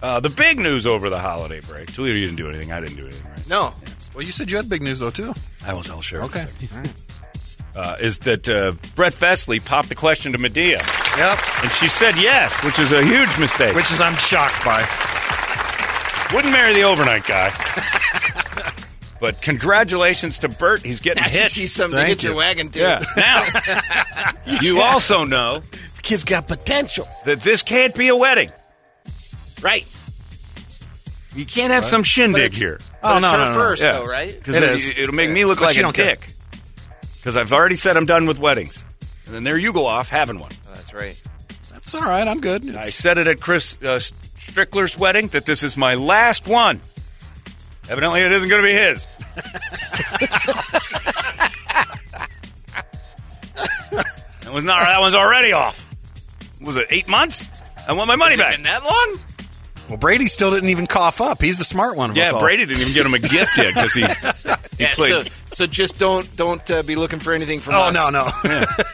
[SPEAKER 3] Uh, the big news over the holiday break. Toledo, you didn't do anything. I didn't do anything, right?
[SPEAKER 6] no,
[SPEAKER 4] Well, you said you had big news though too.
[SPEAKER 3] I will, I'll share.
[SPEAKER 4] Okay.
[SPEAKER 3] Uh, is that uh, Brett Festley popped the question to Medea. Yep. And she said yes, which is a huge mistake.
[SPEAKER 4] Which is I'm shocked by.
[SPEAKER 3] Wouldn't marry the overnight
[SPEAKER 6] [LAUGHS]
[SPEAKER 3] guy. but congratulations to Bert. He's getting
[SPEAKER 6] I should
[SPEAKER 3] hit.
[SPEAKER 6] see something to
[SPEAKER 4] Thank
[SPEAKER 6] get your
[SPEAKER 4] you.
[SPEAKER 6] wagon to. [LAUGHS]
[SPEAKER 3] Yeah. Now, you also know
[SPEAKER 5] The kid's got potential.
[SPEAKER 3] that this can't be a wedding.
[SPEAKER 6] Right.
[SPEAKER 3] You can't have some shindig
[SPEAKER 6] it's-
[SPEAKER 3] here.
[SPEAKER 4] Oh,
[SPEAKER 6] but it's her first, though, right?
[SPEAKER 3] Because
[SPEAKER 4] It
[SPEAKER 3] it
[SPEAKER 4] is.
[SPEAKER 3] will make me look
[SPEAKER 4] But
[SPEAKER 3] like
[SPEAKER 4] she
[SPEAKER 3] a
[SPEAKER 4] don't care.
[SPEAKER 3] dick. Because I've already said I'm done with weddings. And then there you go off having one.
[SPEAKER 6] Oh, that's right.
[SPEAKER 4] That's all right. I'm good.
[SPEAKER 3] I
[SPEAKER 4] It's-
[SPEAKER 3] said it at Chris uh, Strickler's wedding that this is my last one. Evidently, it isn't going to be his. [LAUGHS] that was not. That one's already off. Was it eight months? I want my money back.
[SPEAKER 6] Been that long?
[SPEAKER 4] Well, Brady still didn't even cough up. He's the smart one of us
[SPEAKER 3] Yeah,
[SPEAKER 4] all.
[SPEAKER 3] Brady didn't even get him a gift yet because he, he
[SPEAKER 6] [LAUGHS] Yeah, so,
[SPEAKER 3] played.
[SPEAKER 6] so just don't don't uh, be looking for anything from
[SPEAKER 4] Oh,
[SPEAKER 6] us.
[SPEAKER 4] no, no.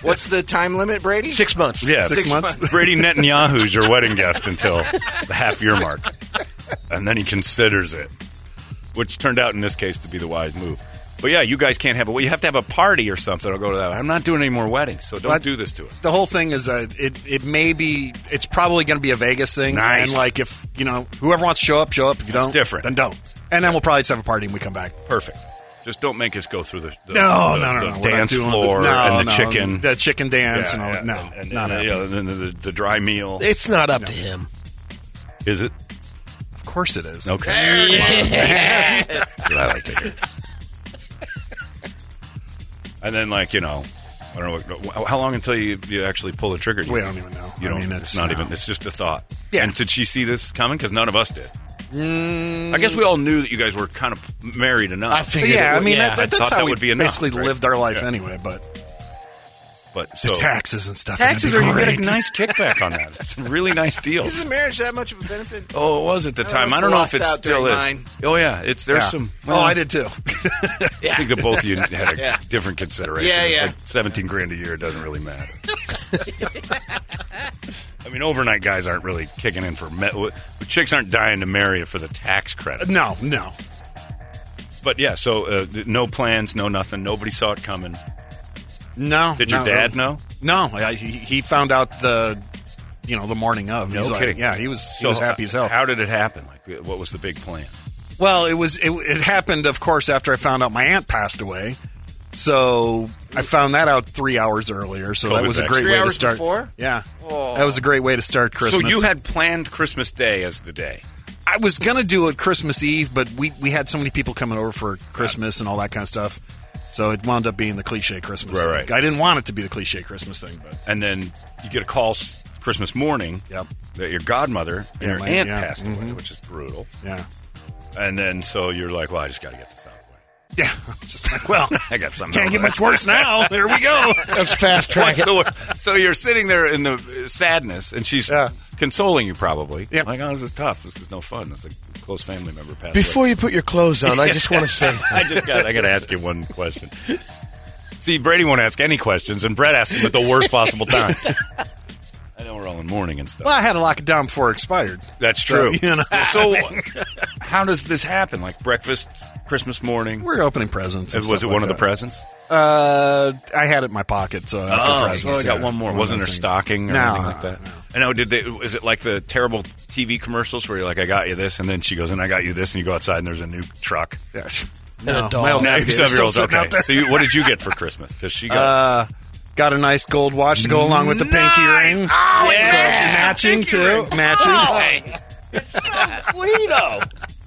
[SPEAKER 6] What's the time limit, Brady?
[SPEAKER 5] Six months.
[SPEAKER 3] yeah,
[SPEAKER 6] Six months.
[SPEAKER 3] Brady Netanyahu's your wedding gift until the half year mark, and then he considers it, which turned out in this case to be the wise move. But yeah, you guys can't have a. Well, you have to have a party or something. I'll go to that. I'm not doing any more weddings, so don't
[SPEAKER 4] But-
[SPEAKER 3] do this to us.
[SPEAKER 4] The whole thing is uh, it. It may be. It's probably going to be a Vegas thing.
[SPEAKER 3] Nice.
[SPEAKER 4] And like if you know whoever wants to show up, show up. If you
[SPEAKER 3] That's
[SPEAKER 4] don't,
[SPEAKER 3] different.
[SPEAKER 4] Then don't. And then we'll probably just have a party when we come back.
[SPEAKER 3] Perfect. Just don't make us go through the, the the-
[SPEAKER 4] No, no,
[SPEAKER 3] the
[SPEAKER 4] no, no. We're not
[SPEAKER 3] dance
[SPEAKER 4] doing-
[SPEAKER 3] floor
[SPEAKER 4] no,
[SPEAKER 3] and the
[SPEAKER 4] no,
[SPEAKER 3] chicken.
[SPEAKER 4] the chicken
[SPEAKER 3] Yeah,
[SPEAKER 4] dance, and all.
[SPEAKER 3] yeah,
[SPEAKER 4] that.
[SPEAKER 3] and,
[SPEAKER 4] no,
[SPEAKER 3] and,
[SPEAKER 4] no,
[SPEAKER 3] you know, the, the, the dry meal.
[SPEAKER 5] It's not up to him.
[SPEAKER 3] Is it
[SPEAKER 4] Of course it is.
[SPEAKER 3] okay? [LAUGHS] That's what I like to hear. and then, like you know, I don't know what- how long until you, you actually pull the trigger.
[SPEAKER 4] We don't even know.
[SPEAKER 3] You
[SPEAKER 4] I
[SPEAKER 3] don't.
[SPEAKER 4] mean,
[SPEAKER 3] it's,
[SPEAKER 4] it's-
[SPEAKER 3] not
[SPEAKER 4] no.
[SPEAKER 3] even. It's just a thought.
[SPEAKER 4] Yeah.
[SPEAKER 3] And did she see this coming? Because none of us did. I guess we all knew that you guys were kind of married enough.
[SPEAKER 5] I
[SPEAKER 4] But
[SPEAKER 5] figured. it
[SPEAKER 4] yeah, Mm. I
[SPEAKER 5] would-
[SPEAKER 4] mean
[SPEAKER 5] yeah.
[SPEAKER 4] that, that, that's
[SPEAKER 3] Thought
[SPEAKER 4] how
[SPEAKER 3] that
[SPEAKER 4] we
[SPEAKER 3] would be enough,
[SPEAKER 4] basically
[SPEAKER 3] right?
[SPEAKER 4] lived our life
[SPEAKER 3] Yeah.
[SPEAKER 4] anyway. But
[SPEAKER 3] but so,
[SPEAKER 4] the taxes and stuff.
[SPEAKER 3] taxes
[SPEAKER 4] are
[SPEAKER 3] are
[SPEAKER 4] gonna
[SPEAKER 3] you
[SPEAKER 4] be
[SPEAKER 3] get a
[SPEAKER 4] great.
[SPEAKER 3] nice kickback on that. It's a really nice deal.
[SPEAKER 6] Is marriage that much of a benefit?
[SPEAKER 3] Oh, it was at the
[SPEAKER 6] I
[SPEAKER 3] time.
[SPEAKER 6] almost
[SPEAKER 3] I don't know if
[SPEAKER 6] lost
[SPEAKER 3] it
[SPEAKER 6] out
[SPEAKER 3] still
[SPEAKER 6] during
[SPEAKER 3] is.
[SPEAKER 6] mine.
[SPEAKER 3] Oh yeah, it's there's
[SPEAKER 4] Yeah.
[SPEAKER 3] some. uh,
[SPEAKER 4] oh, I did too. [LAUGHS]
[SPEAKER 3] I think that both
[SPEAKER 6] [LAUGHS]
[SPEAKER 3] of you had a
[SPEAKER 6] Yeah.
[SPEAKER 3] different consideration.
[SPEAKER 6] Yeah,
[SPEAKER 3] It's
[SPEAKER 6] yeah.
[SPEAKER 3] like Seventeen grand a year it doesn't really matter. I mean, overnight guys aren't really kicking in for me- w- chicks aren't dying to marry for the tax credit.
[SPEAKER 4] no, no.
[SPEAKER 3] But yeah, so uh, th- no plans, no nothing. Nobody saw it coming.
[SPEAKER 4] No.
[SPEAKER 3] Did your
[SPEAKER 4] no,
[SPEAKER 3] dad
[SPEAKER 4] no.
[SPEAKER 3] know?
[SPEAKER 4] No, I, he, he found out the, you know, the morning of.
[SPEAKER 3] No
[SPEAKER 4] He's like-
[SPEAKER 3] kidding.
[SPEAKER 4] yeah, he was he
[SPEAKER 3] So
[SPEAKER 4] was happy as hell.
[SPEAKER 3] How did it happen? Like, uh, what was the big plan?
[SPEAKER 4] well, it was it, it happened, of course, after I found out my aunt passed away. So I found that out three hours earlier. So that
[SPEAKER 3] COVID
[SPEAKER 4] was a
[SPEAKER 3] vaccine.
[SPEAKER 4] great
[SPEAKER 3] Three
[SPEAKER 4] way to
[SPEAKER 6] hours
[SPEAKER 4] start.
[SPEAKER 6] before? Oh.
[SPEAKER 4] Yeah, that was a great way to start Christmas.
[SPEAKER 3] So you had planned Christmas Day as the day.
[SPEAKER 4] I was gonna do it Christmas Eve, but we we had so many people coming over for Christmas and all that kind of stuff. So it wound up being the cliche Christmas.
[SPEAKER 3] Right,
[SPEAKER 4] thing.
[SPEAKER 3] right.
[SPEAKER 4] I didn't want it to be the cliche Christmas thing, but
[SPEAKER 3] and then you get a call s- Christmas morning
[SPEAKER 4] Yep.
[SPEAKER 3] that your godmother and
[SPEAKER 4] Yeah,
[SPEAKER 3] your
[SPEAKER 4] my-
[SPEAKER 3] aunt
[SPEAKER 4] yeah,
[SPEAKER 3] passed away,
[SPEAKER 4] mhm.
[SPEAKER 3] which is brutal.
[SPEAKER 4] yeah, [LAUGHS]
[SPEAKER 3] And then so you're like, well, I just got to get this out of the way.
[SPEAKER 4] yeah. Just like, well,
[SPEAKER 3] [LAUGHS] I got something.
[SPEAKER 4] can't
[SPEAKER 3] over
[SPEAKER 4] get
[SPEAKER 3] there. [LAUGHS]
[SPEAKER 4] much worse now. There we go.
[SPEAKER 5] Let's fast track
[SPEAKER 3] What's
[SPEAKER 5] it.
[SPEAKER 3] the wor- so you're sitting there in the uh, sadness, and she's
[SPEAKER 4] Yeah.
[SPEAKER 3] consoling you probably.
[SPEAKER 4] Yep.
[SPEAKER 3] Like, oh, this is tough. This is no fun. It's like a close family member passed
[SPEAKER 5] Before
[SPEAKER 3] away.
[SPEAKER 5] you put your clothes on, I just want to say
[SPEAKER 3] [LAUGHS] I just got. I got to ask you one question. See, Brady won't ask any questions, and Brett asks them at the worst possible time. [LAUGHS] I know we're all in mourning and stuff.
[SPEAKER 4] Well, I had to lock it down before it expired.
[SPEAKER 3] That's
[SPEAKER 4] So,
[SPEAKER 3] true.
[SPEAKER 4] you know.
[SPEAKER 3] So, how does this happen? Like breakfast, Christmas morning.
[SPEAKER 4] We're opening presents. and
[SPEAKER 3] was it
[SPEAKER 4] stuff
[SPEAKER 3] one
[SPEAKER 4] like
[SPEAKER 3] of the
[SPEAKER 4] that.
[SPEAKER 3] presents?
[SPEAKER 4] Uh, I had it in my pocket, so I opened
[SPEAKER 3] Oh, so
[SPEAKER 4] presents,
[SPEAKER 3] I got
[SPEAKER 4] yeah.
[SPEAKER 3] one more.
[SPEAKER 4] of
[SPEAKER 3] Wasn't
[SPEAKER 4] those
[SPEAKER 3] there
[SPEAKER 4] things.
[SPEAKER 3] stocking or
[SPEAKER 4] No,
[SPEAKER 3] anything like that?
[SPEAKER 4] no.
[SPEAKER 3] I know. Did they? Is it like the terrible TV commercials where you're like, "I got you this," and then she goes, "And I got you this," and you go outside and there's a new truck.
[SPEAKER 4] Yeah.
[SPEAKER 5] a doll.
[SPEAKER 4] my
[SPEAKER 3] [LAUGHS]
[SPEAKER 4] old
[SPEAKER 3] Now
[SPEAKER 4] navigator's
[SPEAKER 3] you're
[SPEAKER 4] still
[SPEAKER 3] seven year olds.
[SPEAKER 4] sitting
[SPEAKER 3] Okay.
[SPEAKER 4] out there. Uh,
[SPEAKER 3] So, you, what did you get for Christmas? Because she got
[SPEAKER 4] Got a nice gold watch to go along with the pinky ring. Oh, matching too. Matching.
[SPEAKER 3] [LAUGHS]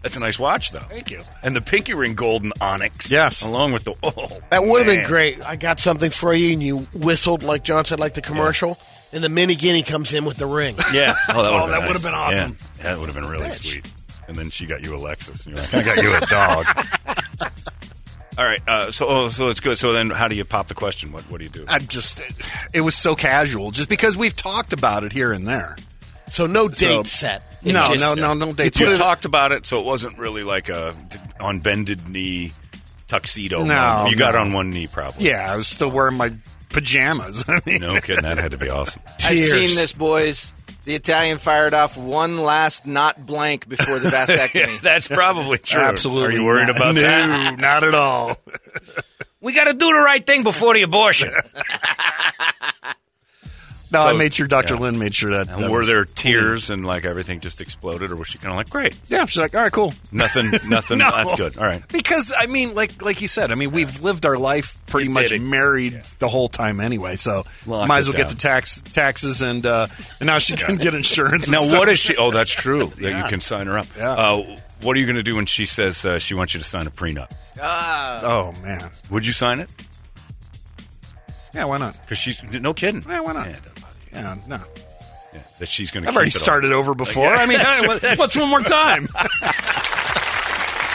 [SPEAKER 3] that's a nice watch though,
[SPEAKER 4] Thank you.
[SPEAKER 3] and the pinky ring golden onyx.
[SPEAKER 4] Yes.
[SPEAKER 3] along with the oh,
[SPEAKER 5] that would have been
[SPEAKER 3] man.
[SPEAKER 5] great. I got something for you, and you whistled like John said, like the commercial, and the mini guinea comes in with the ring.
[SPEAKER 3] Yeah. [LAUGHS] Oh, that
[SPEAKER 4] Oh,
[SPEAKER 3] would
[SPEAKER 4] that
[SPEAKER 3] have
[SPEAKER 4] would've been awesome.
[SPEAKER 3] That would have been really sweet. And then she got you a Lexus. And you're like, I got you a dog. [LAUGHS] All right. Uh, so, oh, so it's good. So then, how do you pop the question? What What do you do?
[SPEAKER 4] I just, it, it was so casual, just because we've talked about it here and there.
[SPEAKER 5] So
[SPEAKER 6] Oh,
[SPEAKER 5] no date
[SPEAKER 4] So-
[SPEAKER 5] set. It
[SPEAKER 4] No,
[SPEAKER 5] just-
[SPEAKER 4] oh, no, no, no. They
[SPEAKER 3] you
[SPEAKER 4] put it-
[SPEAKER 3] talked about it, so it wasn't really like a d- on bended knee tuxedo.
[SPEAKER 4] No,
[SPEAKER 3] moment. you got
[SPEAKER 4] no.
[SPEAKER 3] on one knee probably.
[SPEAKER 4] Yeah, I was still wearing my pajamas. [LAUGHS] I mean,
[SPEAKER 3] No kidding. That had to be
[SPEAKER 4] [LAUGHS]
[SPEAKER 3] awesome.
[SPEAKER 6] I've
[SPEAKER 5] Tears.
[SPEAKER 6] seen this, boys. The Italian fired off one last not blank before [LAUGHS] the vasectomy.
[SPEAKER 3] Yeah, [LAUGHS] that's probably true.
[SPEAKER 4] absolutely.
[SPEAKER 3] Are you worried
[SPEAKER 4] not.
[SPEAKER 3] about
[SPEAKER 4] no,
[SPEAKER 3] that?
[SPEAKER 4] not
[SPEAKER 3] [LAUGHS]
[SPEAKER 4] at all.
[SPEAKER 3] We got to do the right thing before the abortion.
[SPEAKER 4] No, I
[SPEAKER 3] So-
[SPEAKER 4] made sure Dr.
[SPEAKER 3] yeah.
[SPEAKER 4] Lynn made sure that.
[SPEAKER 3] and
[SPEAKER 4] that
[SPEAKER 3] were
[SPEAKER 4] was
[SPEAKER 3] there
[SPEAKER 4] clean.
[SPEAKER 3] tears and like everything just exploded, or was she kind of like, great,
[SPEAKER 4] Yeah, she's like, all right, cool. [LAUGHS]
[SPEAKER 3] nothing, nothing, that's good. All right.
[SPEAKER 4] Because I mean, like like you said, I mean, we've lived our life pretty
[SPEAKER 3] You
[SPEAKER 4] much
[SPEAKER 3] did it.
[SPEAKER 4] married the whole time anyway. So
[SPEAKER 3] Lock
[SPEAKER 4] might
[SPEAKER 3] it
[SPEAKER 4] as well get
[SPEAKER 3] down.
[SPEAKER 4] the tax taxes and uh, and
[SPEAKER 3] [LAUGHS]
[SPEAKER 4] now she can get insurance. and
[SPEAKER 3] Now,
[SPEAKER 4] stuff.
[SPEAKER 3] what is she? Oh, that's true. That you can sign her up.
[SPEAKER 4] Yeah.
[SPEAKER 3] Uh, what are you going to do when she says uh, she wants you to sign a prenup?
[SPEAKER 4] [LAUGHS] Oh man,
[SPEAKER 3] Would you sign it?
[SPEAKER 4] yeah, why not?
[SPEAKER 3] Because she's no kidding.
[SPEAKER 4] Yeah, why not?
[SPEAKER 3] it doesn't bother you.
[SPEAKER 4] Yeah, no.
[SPEAKER 3] Yeah, That she's going to. [LAUGHS]
[SPEAKER 4] [LAUGHS] I've already started over before. I mean, hey, what- what's one more time?
[SPEAKER 3] So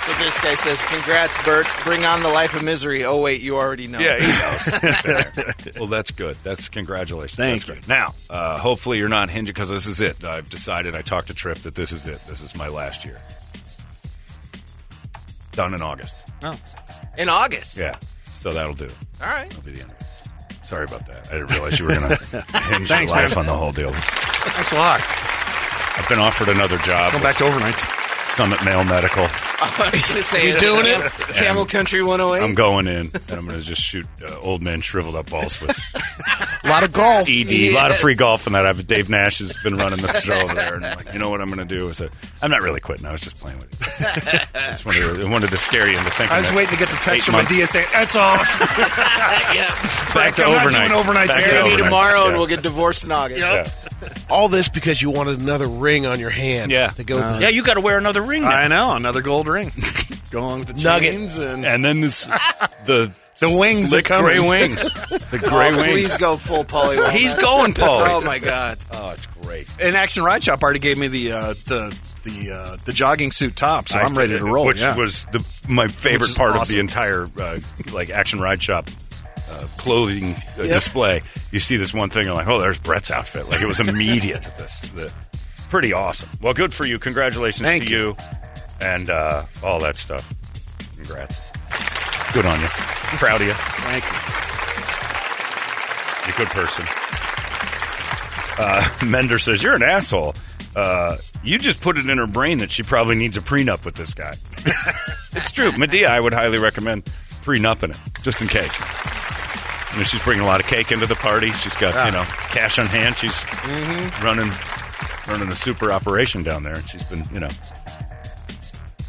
[SPEAKER 6] But this guy says, "Congrats, Bert. Bring on the life of misery." Oh wait, you already know.
[SPEAKER 3] Yeah, he knows. well, that's good. That's congratulations.
[SPEAKER 6] Thank
[SPEAKER 3] that's Great. Now, uh, hopefully, you're not hinging because this is it. I've decided. I talked to Trip that this is it. This is my last year. Done in August.
[SPEAKER 6] Oh. In August.
[SPEAKER 3] Yeah, so that'll do.
[SPEAKER 6] All right.
[SPEAKER 3] That'll be the end. of it. Sorry about that. I didn't realize you were
[SPEAKER 4] [LAUGHS]
[SPEAKER 3] going to hinge your
[SPEAKER 4] Thanks,
[SPEAKER 3] life
[SPEAKER 4] man.
[SPEAKER 3] on the whole deal.
[SPEAKER 4] Thanks a lot.
[SPEAKER 3] I've been offered another job.
[SPEAKER 4] Going back to overnights.
[SPEAKER 3] Summit Male Medical.
[SPEAKER 6] [LAUGHS] I was gonna say,
[SPEAKER 5] You
[SPEAKER 6] it's
[SPEAKER 5] doing it?
[SPEAKER 6] Cam- Camel Country 108.
[SPEAKER 3] I'm going in, and I'm going to just shoot uh, old men shriveled up balls
[SPEAKER 4] [LAUGHS]
[SPEAKER 3] with
[SPEAKER 5] A lot of golf.
[SPEAKER 3] ED, a lot of free golf in that. I've, Dave Nash has been running the show over there, and I'm like, you know what I'm going to do? Is i I'm not really quitting. I was just playing with it.
[SPEAKER 4] [LAUGHS]
[SPEAKER 3] I just wanted to, I wanted to scare you into thinking.
[SPEAKER 4] I was
[SPEAKER 3] that
[SPEAKER 4] waiting to get the
[SPEAKER 3] eight
[SPEAKER 4] text from my
[SPEAKER 3] months-
[SPEAKER 4] DSA. That's off.
[SPEAKER 6] [LAUGHS]
[SPEAKER 3] Back to
[SPEAKER 4] I'm not
[SPEAKER 3] overnights.
[SPEAKER 4] doing overnights
[SPEAKER 3] Back
[SPEAKER 4] again.
[SPEAKER 3] to
[SPEAKER 6] Marry me
[SPEAKER 3] overnights.
[SPEAKER 6] tomorrow,
[SPEAKER 3] Yeah.
[SPEAKER 6] and we'll get divorced in August.
[SPEAKER 3] Yeah.
[SPEAKER 5] All this because you wanted another ring on your hand.
[SPEAKER 3] Yeah. Uh-huh.
[SPEAKER 5] To go with
[SPEAKER 3] [LAUGHS]
[SPEAKER 5] the
[SPEAKER 3] yeah, you got to wear another ring. Now.
[SPEAKER 4] I know another gold ring. [LAUGHS] Go along with the
[SPEAKER 5] Nugget.
[SPEAKER 4] chains and
[SPEAKER 3] And then this, the
[SPEAKER 4] [LAUGHS] The wings
[SPEAKER 3] slick
[SPEAKER 4] are coming.
[SPEAKER 3] gray
[SPEAKER 4] [LAUGHS]
[SPEAKER 3] wings, the gray
[SPEAKER 6] Oh,
[SPEAKER 3] wings.
[SPEAKER 6] Please go full Polly. Walnut.
[SPEAKER 3] He's going, Paul.
[SPEAKER 6] Oh my [LAUGHS] God.
[SPEAKER 3] Oh, it's great.
[SPEAKER 4] an action ride shop already gave me the uh, the the uh, the jogging suit top, so
[SPEAKER 3] I
[SPEAKER 4] I am ready
[SPEAKER 3] did,
[SPEAKER 4] to roll.
[SPEAKER 3] Which
[SPEAKER 4] yeah.
[SPEAKER 3] was the my
[SPEAKER 4] Which
[SPEAKER 3] favorite
[SPEAKER 4] is
[SPEAKER 3] part of
[SPEAKER 4] awesome.
[SPEAKER 3] the entire uh, like action ride shop uh, clothing uh, display. You see this one thing, and like, oh, there's Brett's outfit. Like it was immediate. this the, pretty awesome. Well, good for you. Congratulations
[SPEAKER 4] Thank
[SPEAKER 3] to you,
[SPEAKER 4] you.
[SPEAKER 3] and uh, all that stuff. Congrats. Good on you. Proud of you.
[SPEAKER 4] Thank you.
[SPEAKER 3] You're a good person. Uh, [LAUGHS] Mender says, You're an asshole. Uh, you just put it in her brain that she probably needs a prenup with this guy. it's true. Medea, I would highly recommend prenupping it, just in case. You know, she's bringing a lot of cake into the party. She's got, you know, cash on hand. She's running running a super operation down there. And she's been, you know,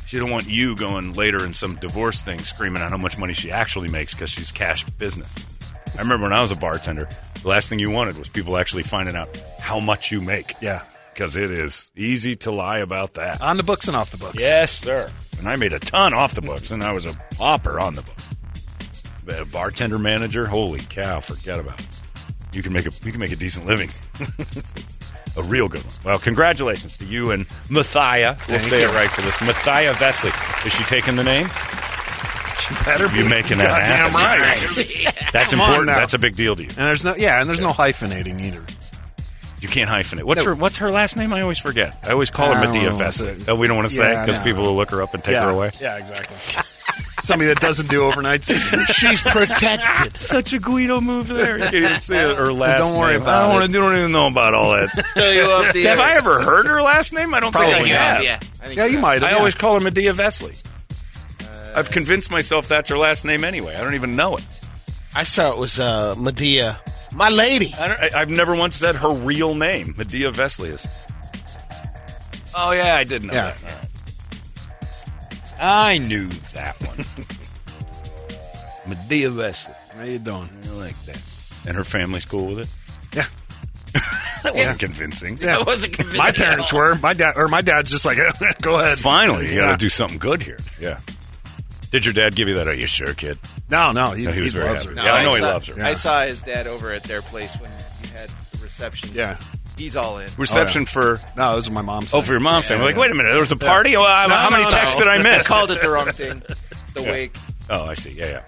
[SPEAKER 3] she don't want you going later in some divorce thing screaming on how much money she actually makes because she's cash business. I remember when I was a bartender, the last thing you wanted was people actually finding out how much you make.
[SPEAKER 4] Yeah.
[SPEAKER 3] Because it is easy to lie about that.
[SPEAKER 4] On the books and off the books.
[SPEAKER 3] Yes, sir. And I made a ton off the books, and I was a pauper on the books. But a bartender manager, holy cow, forget about it. You can make a you can make a decent living. [LAUGHS] a real good one. Well, congratulations to you and Mathia. We'll say it right for this. Mathia Vesley. Is she taking the name?
[SPEAKER 4] better be
[SPEAKER 3] You making that
[SPEAKER 4] Goddamn
[SPEAKER 3] happen.
[SPEAKER 4] right.
[SPEAKER 3] That's
[SPEAKER 4] Come on
[SPEAKER 3] important.
[SPEAKER 4] now.
[SPEAKER 3] That's a big deal to you.
[SPEAKER 4] [LAUGHS] And there's no yeah, and there's no hyphenating either.
[SPEAKER 3] You can't hyphenate. What's her What's her last name? I always forget. I always call
[SPEAKER 4] I
[SPEAKER 3] her
[SPEAKER 4] don't
[SPEAKER 3] Mathia
[SPEAKER 4] know.
[SPEAKER 3] Vesley. Oh, we don't want to say
[SPEAKER 4] Yeah,
[SPEAKER 3] because
[SPEAKER 4] no.
[SPEAKER 3] people will look her up and take
[SPEAKER 4] yeah.
[SPEAKER 3] her away.
[SPEAKER 4] Yeah, exactly. [LAUGHS] Somebody that doesn't do overnights. [LAUGHS]
[SPEAKER 5] She's protected.
[SPEAKER 3] Such a Guido move there. [LAUGHS] You can't even see it. Her last
[SPEAKER 4] Don't worry
[SPEAKER 3] name.
[SPEAKER 4] about
[SPEAKER 3] I don't
[SPEAKER 4] it.
[SPEAKER 3] wanna- you don't even know about all [LAUGHS] that.
[SPEAKER 6] Tell you what, the
[SPEAKER 3] have I ever heard her last name? I don't
[SPEAKER 6] I
[SPEAKER 3] think
[SPEAKER 6] think
[SPEAKER 3] I
[SPEAKER 6] you
[SPEAKER 3] have.
[SPEAKER 6] have, Yeah, I think
[SPEAKER 4] yeah, you
[SPEAKER 6] have.
[SPEAKER 4] might.
[SPEAKER 3] I
[SPEAKER 4] yeah.
[SPEAKER 3] always call her Medea Vesley. I've convinced myself that's her last name anyway. I don't even know it.
[SPEAKER 5] I saw it was uh, Medea. My lady.
[SPEAKER 3] I don't, I, I've never once said her real name. Medea Vesley is. Oh, yeah, I did know
[SPEAKER 4] Yeah.
[SPEAKER 3] that. All right. I knew that
[SPEAKER 4] [LAUGHS]
[SPEAKER 3] one. Medea Vesley.
[SPEAKER 4] How you doing?
[SPEAKER 3] I like that. And her family's cool with it?
[SPEAKER 4] Yeah.
[SPEAKER 3] That wasn't convincing.
[SPEAKER 4] Yeah.
[SPEAKER 6] [LAUGHS] I wasn't convinced.
[SPEAKER 4] My
[SPEAKER 6] at
[SPEAKER 4] parents
[SPEAKER 6] all.
[SPEAKER 4] were. My dad or my dad's just like, [LAUGHS] go ahead.
[SPEAKER 3] Finally, you got
[SPEAKER 4] Yeah.
[SPEAKER 3] to do something good here. Yeah. Did your dad give you that? Are you sure, kid?
[SPEAKER 4] No, no, he,
[SPEAKER 3] No, he was very
[SPEAKER 4] loves
[SPEAKER 3] happy.
[SPEAKER 4] her.
[SPEAKER 3] Yeah, I know he
[SPEAKER 6] saw,
[SPEAKER 3] loves her.
[SPEAKER 6] I saw his dad over at their place when you had the reception.
[SPEAKER 4] Yeah.
[SPEAKER 6] he's all in.
[SPEAKER 3] Reception
[SPEAKER 4] Oh,
[SPEAKER 3] for
[SPEAKER 4] No, it was my mom's.
[SPEAKER 3] oh for your mom's family. Like, wait a minute, there was a party. Well, I-
[SPEAKER 4] No,
[SPEAKER 3] how many
[SPEAKER 4] no, no.
[SPEAKER 3] texts did I miss?
[SPEAKER 6] called it the wrong thing.
[SPEAKER 3] [LAUGHS]
[SPEAKER 6] The wake.
[SPEAKER 3] Oh, I see. Yeah,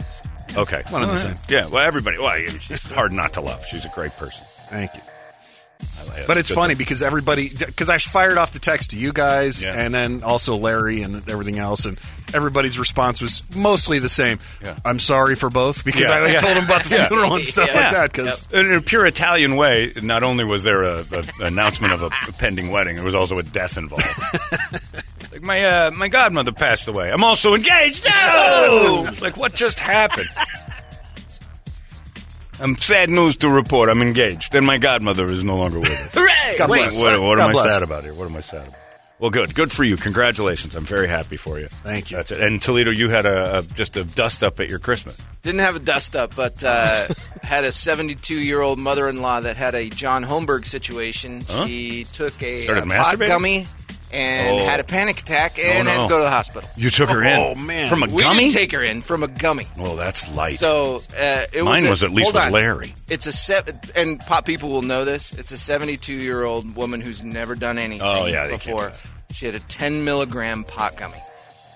[SPEAKER 3] yeah. Okay,
[SPEAKER 4] One and the
[SPEAKER 3] All
[SPEAKER 4] same.
[SPEAKER 3] Yeah. Well, everybody. Well, it's hard not to love. She's a great person.
[SPEAKER 4] Thank you.
[SPEAKER 3] I like it.
[SPEAKER 4] But it's
[SPEAKER 3] Good
[SPEAKER 4] funny
[SPEAKER 3] to-
[SPEAKER 4] because everybody, because I fired off the text to you guys
[SPEAKER 3] Yeah.
[SPEAKER 4] and then also Larry and everything else, and everybody's response was mostly the same.
[SPEAKER 3] Yeah.
[SPEAKER 4] I'm sorry for both because
[SPEAKER 3] Yeah.
[SPEAKER 4] I
[SPEAKER 3] Yeah.
[SPEAKER 4] told him about the
[SPEAKER 3] Yeah.
[SPEAKER 4] funeral and stuff
[SPEAKER 6] Yeah.
[SPEAKER 4] like that. Because
[SPEAKER 3] In a pure Italian way, not only was there a,
[SPEAKER 4] [LAUGHS]
[SPEAKER 3] a announcement of a pending wedding, there was also a death involved. like my uh, my godmother passed away. I'm also engaged. Oh! It's like what just happened? [LAUGHS] I'm sad news to report. I'm engaged, and my godmother is no longer with us.
[SPEAKER 6] Hooray!
[SPEAKER 4] [LAUGHS] God
[SPEAKER 6] Wait,
[SPEAKER 4] bless.
[SPEAKER 3] What, what
[SPEAKER 4] God
[SPEAKER 3] am I
[SPEAKER 4] bless.
[SPEAKER 3] sad about here? What am I sad about? Well, good, good for you. Congratulations. I'm very happy for you.
[SPEAKER 4] Thank you.
[SPEAKER 3] That's it. And Toledo, you had a, a just a dust up at your Christmas.
[SPEAKER 6] Didn't have a dust up, but
[SPEAKER 3] [LAUGHS]
[SPEAKER 6] uh, had a 72 year old mother in law that had a John Holmberg situation. She took a,
[SPEAKER 3] Started
[SPEAKER 6] uh, pot
[SPEAKER 3] masturbating?
[SPEAKER 6] gummy and
[SPEAKER 3] Oh.
[SPEAKER 6] had a panic attack and
[SPEAKER 3] no.
[SPEAKER 6] had to go to the hospital.
[SPEAKER 3] You took her in.
[SPEAKER 4] Oh, man.
[SPEAKER 3] from a
[SPEAKER 6] We
[SPEAKER 3] gummy.
[SPEAKER 6] didn't take her in from a gummy.
[SPEAKER 3] well, that's light.
[SPEAKER 6] So uh, it
[SPEAKER 3] Mine
[SPEAKER 6] was, a-
[SPEAKER 3] was at least
[SPEAKER 6] hold
[SPEAKER 3] with
[SPEAKER 6] on.
[SPEAKER 3] Larry.
[SPEAKER 6] It's a seven, and pop people will know this. It's a 72 year old woman who's never done anything
[SPEAKER 3] Oh, yeah, they can't do
[SPEAKER 6] before. She had a 10 milligram pot gummy.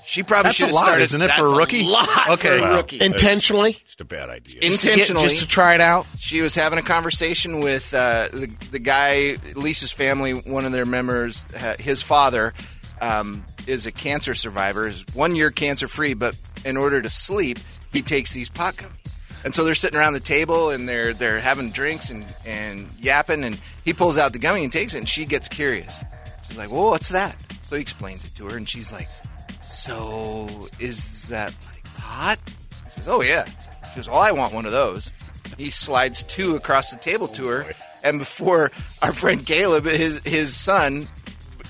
[SPEAKER 6] She probably
[SPEAKER 4] That's a
[SPEAKER 6] should've
[SPEAKER 4] lot,
[SPEAKER 6] started-
[SPEAKER 4] isn't it, for
[SPEAKER 6] that's
[SPEAKER 4] a rookie?
[SPEAKER 6] lot for
[SPEAKER 4] Okay.
[SPEAKER 6] a
[SPEAKER 4] Wow.
[SPEAKER 6] rookie.
[SPEAKER 5] Intentionally?
[SPEAKER 3] Just a bad idea.
[SPEAKER 5] Just to get-
[SPEAKER 6] Intentionally.
[SPEAKER 5] just to try it out.
[SPEAKER 6] She was having a conversation with uh, the, the guy, Lisa's family, one of their members, ha- his father um, is a cancer survivor, is one year cancer free, but in order to sleep, he takes these pot gummies. And so they're sitting around the table and they're they're having drinks and, and yapping, and he pulls out the gummy and takes it, and she gets curious. She's like, Whoa, what's that? So he explains it to her, and she's like, So is that like pot? He says, Oh, yeah. She goes, Oh, I want one of those. He slides two across the table to
[SPEAKER 3] Oh,
[SPEAKER 6] her, and before our friend Caleb, his, his son,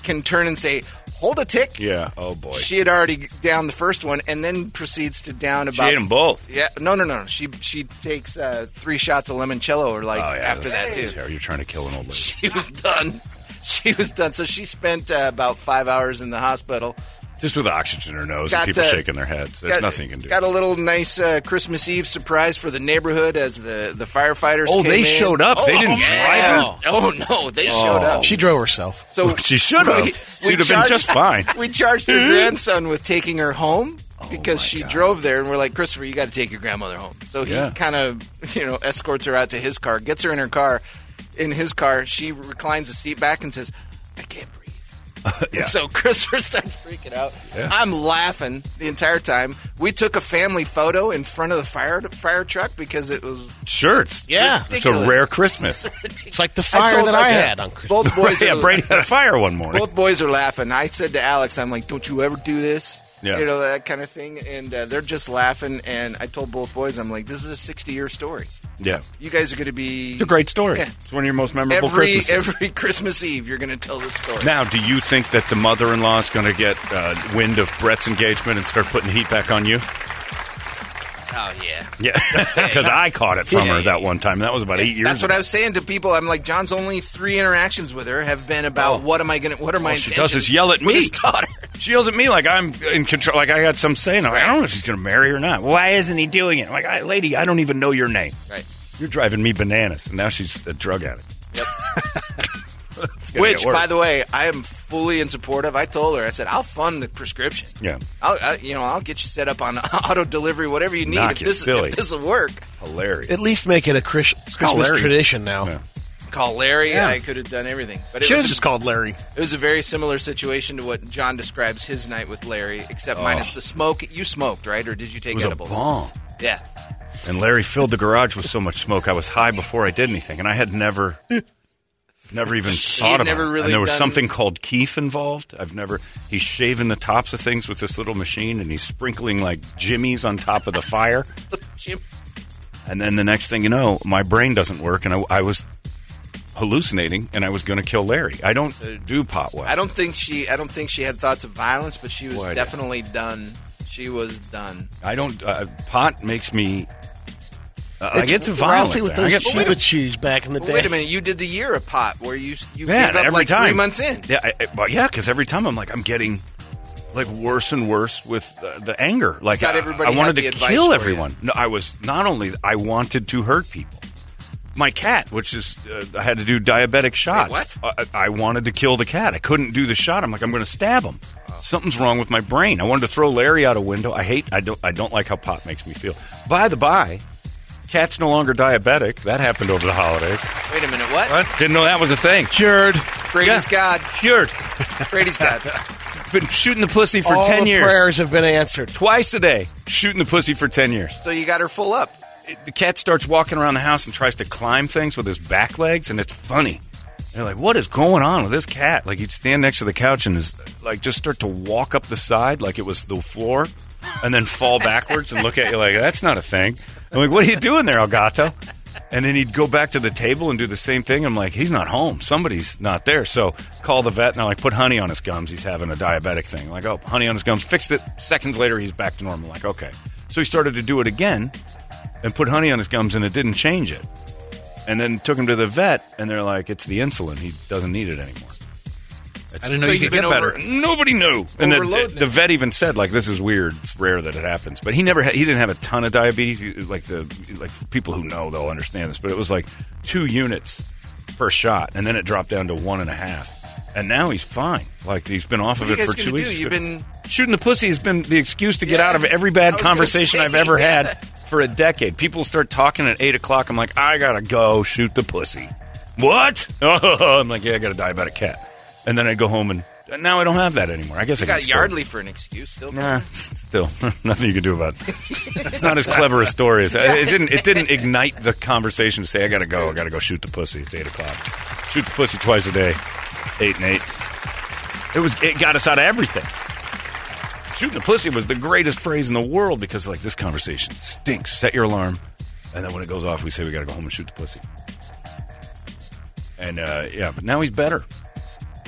[SPEAKER 6] can turn and say, Hold a tick.
[SPEAKER 3] Yeah. Oh boy.
[SPEAKER 6] She had already downed the first one, and then proceeds to down about.
[SPEAKER 3] ate 'em both.
[SPEAKER 6] Yeah, no, no, no. She she takes uh, three shots of limoncello, or like
[SPEAKER 3] Oh, yeah,
[SPEAKER 6] after that
[SPEAKER 3] that's-
[SPEAKER 6] too.
[SPEAKER 3] yeah, You're trying to kill an old lady.
[SPEAKER 6] [LAUGHS] She was done. She was done. So she spent uh, about five hours in the hospital.
[SPEAKER 3] Just with oxygen in her nose and people
[SPEAKER 6] uh,
[SPEAKER 3] shaking their heads. There's
[SPEAKER 6] got-
[SPEAKER 3] nothing you can do.
[SPEAKER 6] Got a little nice uh, Christmas Eve surprise for the neighborhood as the, the firefighters.
[SPEAKER 3] Oh, they
[SPEAKER 6] came in.
[SPEAKER 3] showed up. They didn't
[SPEAKER 6] yeah. drive. Oh no, they showed up.
[SPEAKER 5] She drove herself.
[SPEAKER 3] [LAUGHS]
[SPEAKER 6] So
[SPEAKER 3] she should have. She'd have been
[SPEAKER 6] charged-
[SPEAKER 3] just fine.
[SPEAKER 6] [LAUGHS]
[SPEAKER 3] Oh,
[SPEAKER 6] We charged
[SPEAKER 3] [LAUGHS]
[SPEAKER 6] her grandson with taking her home because she drove there, and we're like, Christopher, you got to take your grandmother home. So he
[SPEAKER 3] Yeah.
[SPEAKER 6] kind of, [LAUGHS] you know, escorts her out to his car, gets her in her car. In his car, she reclines the seat back and says, "I can't breathe."
[SPEAKER 3] Yeah.
[SPEAKER 6] [LAUGHS] And so Christopher starts freaking out. I'm laughing the entire time. We took a family photo in front of the fire fire truck because it was
[SPEAKER 3] Sure.
[SPEAKER 5] Yeah.
[SPEAKER 3] It's a
[SPEAKER 6] ridiculous.
[SPEAKER 3] rare Christmas.
[SPEAKER 5] It's like the fire
[SPEAKER 6] told
[SPEAKER 5] that
[SPEAKER 6] my
[SPEAKER 5] I
[SPEAKER 6] dad.
[SPEAKER 5] had on Christmas.
[SPEAKER 6] Both [LAUGHS]
[SPEAKER 3] [LAUGHS]
[SPEAKER 6] boys
[SPEAKER 3] yeah,
[SPEAKER 6] are- [LAUGHS]
[SPEAKER 3] Brady had a fire one morning.
[SPEAKER 6] both boys are laughing. I said to Alex, I'm like, don't you ever do this?
[SPEAKER 3] Yeah.
[SPEAKER 6] You know, that kind of thing. And uh, they're just laughing. And I told both boys, I'm like, this is a 60 year story.
[SPEAKER 3] yeah.
[SPEAKER 6] You guys are going to be.
[SPEAKER 3] It's a great story.
[SPEAKER 6] Yeah.
[SPEAKER 3] It's one of your most memorable
[SPEAKER 6] Every,
[SPEAKER 3] Christmases.
[SPEAKER 6] every [LAUGHS] Christmas Eve, you're going to tell this story.
[SPEAKER 3] Now, do you think that the mother-in-law is going to get uh, wind of Brett's engagement and start putting heat back on you?
[SPEAKER 6] oh, yeah.
[SPEAKER 3] Yeah, [LAUGHS] because I caught it from her that one time. That was about eight years.
[SPEAKER 6] That's what
[SPEAKER 3] ago.
[SPEAKER 6] I was saying to people. I'm like, John's only three interactions with her have been about what am I going to, what are my
[SPEAKER 3] All she does
[SPEAKER 6] intentions
[SPEAKER 3] is yell at
[SPEAKER 6] with
[SPEAKER 3] me.
[SPEAKER 6] his daughter. [LAUGHS]
[SPEAKER 3] She yells at me like I'm in control. Like I got some say. And I'm like, I don't know if he's going to marry or not. Why isn't he doing it? Like, I, lady, I don't even know your name.
[SPEAKER 6] Right.
[SPEAKER 3] You're driving me bananas. And now she's a drug addict. Yep.
[SPEAKER 6] Which, by the way, I am fully in support of. I told her, I said, I'll fund the prescription.
[SPEAKER 3] Yeah.
[SPEAKER 6] I'll, I, you know, I'll get you set up on [LAUGHS] auto delivery, whatever you need.
[SPEAKER 3] Knock
[SPEAKER 6] if
[SPEAKER 3] you
[SPEAKER 6] this
[SPEAKER 3] silly.
[SPEAKER 6] if this will work,
[SPEAKER 3] hilarious.
[SPEAKER 5] At least make it a Chris- Christmas
[SPEAKER 3] Larry.
[SPEAKER 5] tradition now.
[SPEAKER 3] Yeah.
[SPEAKER 6] call Larry.
[SPEAKER 4] Yeah.
[SPEAKER 6] I could have done everything, but it
[SPEAKER 4] Should
[SPEAKER 6] was
[SPEAKER 4] have just called Larry.
[SPEAKER 6] it was a very similar situation to what John describes his night with Larry, except minus the smoke. You smoked, right, or did you take
[SPEAKER 3] it was a
[SPEAKER 6] edibles?
[SPEAKER 3] bomb.
[SPEAKER 6] Yeah,
[SPEAKER 3] And Larry filled the garage with so much smoke. I was high before I did anything, and I had never, never even thought
[SPEAKER 6] had
[SPEAKER 3] about
[SPEAKER 6] never
[SPEAKER 3] it.
[SPEAKER 6] really
[SPEAKER 3] and there was
[SPEAKER 6] done-
[SPEAKER 3] something called keef involved. I've never. He's shaving the tops of things with this little machine, and he's sprinkling like jimmies on top of the fire.
[SPEAKER 6] Jim,
[SPEAKER 3] And then the next thing you know, my brain doesn't work, and I, I was hallucinating, and I was going to kill Larry. I don't do pot well.
[SPEAKER 6] I don't think she. I don't think she had thoughts of violence, but she was
[SPEAKER 3] Why did-
[SPEAKER 6] definitely done. She was done.
[SPEAKER 3] I don't. Uh, pot makes me. Uh, I
[SPEAKER 5] It's
[SPEAKER 3] get to violent.
[SPEAKER 5] Ralphie with
[SPEAKER 3] then. I
[SPEAKER 5] those
[SPEAKER 3] get-
[SPEAKER 5] Chiba shoes back in the
[SPEAKER 6] But
[SPEAKER 5] day.
[SPEAKER 6] wait a minute, you did the year of pot where you you
[SPEAKER 3] Yeah,
[SPEAKER 6] gave up
[SPEAKER 3] every
[SPEAKER 6] like
[SPEAKER 3] time.
[SPEAKER 6] three months in.
[SPEAKER 3] Yeah, I, I, well, yeah, because every time I'm like, I'm getting like worse and worse with uh, the anger. Like,
[SPEAKER 6] thought
[SPEAKER 3] I-
[SPEAKER 6] everybody
[SPEAKER 3] I, wanted
[SPEAKER 6] had the
[SPEAKER 3] to
[SPEAKER 6] advice
[SPEAKER 3] kill
[SPEAKER 6] for
[SPEAKER 3] everyone. No, I was not only I wanted to hurt people. My cat, which is uh, I had to do diabetic shots.
[SPEAKER 6] what?
[SPEAKER 3] I- I, I wanted to kill the cat. I couldn't do the shot. I'm like, I'm going to stab him. Something's wrong with my brain. I wanted to throw Larry out a window. I hate. I don't. I don't like how pot makes me feel. By the by, cat's no longer diabetic. That happened over the holidays.
[SPEAKER 6] Wait a minute, what?
[SPEAKER 3] Didn't know that was a thing.
[SPEAKER 5] Cured.
[SPEAKER 6] Brady's God.
[SPEAKER 3] Cured. [LAUGHS]
[SPEAKER 6] Brady's God.
[SPEAKER 3] Been shooting the pussy for
[SPEAKER 5] All
[SPEAKER 3] 10
[SPEAKER 5] the
[SPEAKER 3] years.
[SPEAKER 5] prayers have been answered.
[SPEAKER 3] Twice a day. Shooting the pussy for 10 years.
[SPEAKER 6] So you got her full up.
[SPEAKER 3] It- the cat starts walking around the house and tries to climb things with his back legs, and it's funny. They're like, what is going on with this cat? Like, he'd stand next to the couch and his, like just start to walk up the side like it was the floor and then fall backwards and look at you like, that's not a thing. I'm like, what are you doing there, Elgato? And then he'd go back to the table and do the same thing. I'm like, he's not home. Somebody's not there. So call the vet and I like put honey on his gums. He's having a diabetic thing. Like, oh, honey on his gums. Fixed it. Seconds later, he's back to normal. Like, okay. So he started to do it again and put honey on his gums and it didn't change it. And then took him to the vet and they're like, it's the insulin. He doesn't need it anymore. It's-
[SPEAKER 4] I didn't know you
[SPEAKER 3] they've
[SPEAKER 4] could get
[SPEAKER 3] been over-
[SPEAKER 4] better.
[SPEAKER 3] Nobody knew. And the,
[SPEAKER 6] Overloading
[SPEAKER 3] the vet even said, like, this is weird. It's rare that it happens. But he never had, he didn't have a ton of diabetes. He- Like the like people who know they'll understand this. But it was like two units per shot, and then it dropped down to one and a half. And now he's fine. Like he's been off
[SPEAKER 6] What
[SPEAKER 3] of
[SPEAKER 6] are you
[SPEAKER 3] it
[SPEAKER 6] guys
[SPEAKER 3] for two
[SPEAKER 6] gonna
[SPEAKER 3] weeks.
[SPEAKER 6] do? You've been
[SPEAKER 3] Shooting the pussy has been the excuse to get out of every bad conversation I've ever had for a decade. People start talking at eight o'clock. I'm like, I gotta go shoot the pussy. What? [LAUGHS] I'm like, yeah, I got a diabetic cat. And then I go home and now I don't have that anymore. I guess
[SPEAKER 6] You
[SPEAKER 3] I can
[SPEAKER 6] got
[SPEAKER 3] still-
[SPEAKER 6] Yardley for an excuse still.
[SPEAKER 3] Nah, still [LAUGHS] nothing you can do about it. It's not as clever a story as it didn't. It didn't ignite the conversation to say, "I gotta go. I gotta go shoot the pussy." It's eight o'clock. Shoot the pussy twice a day, eight and eight. It was. It got us out of everything. Shooting the pussy was the greatest phrase in the world because, like, this conversation stinks. Set your alarm, and then when it goes off, we say we gotta go home and shoot the pussy. And uh, yeah, but now he's better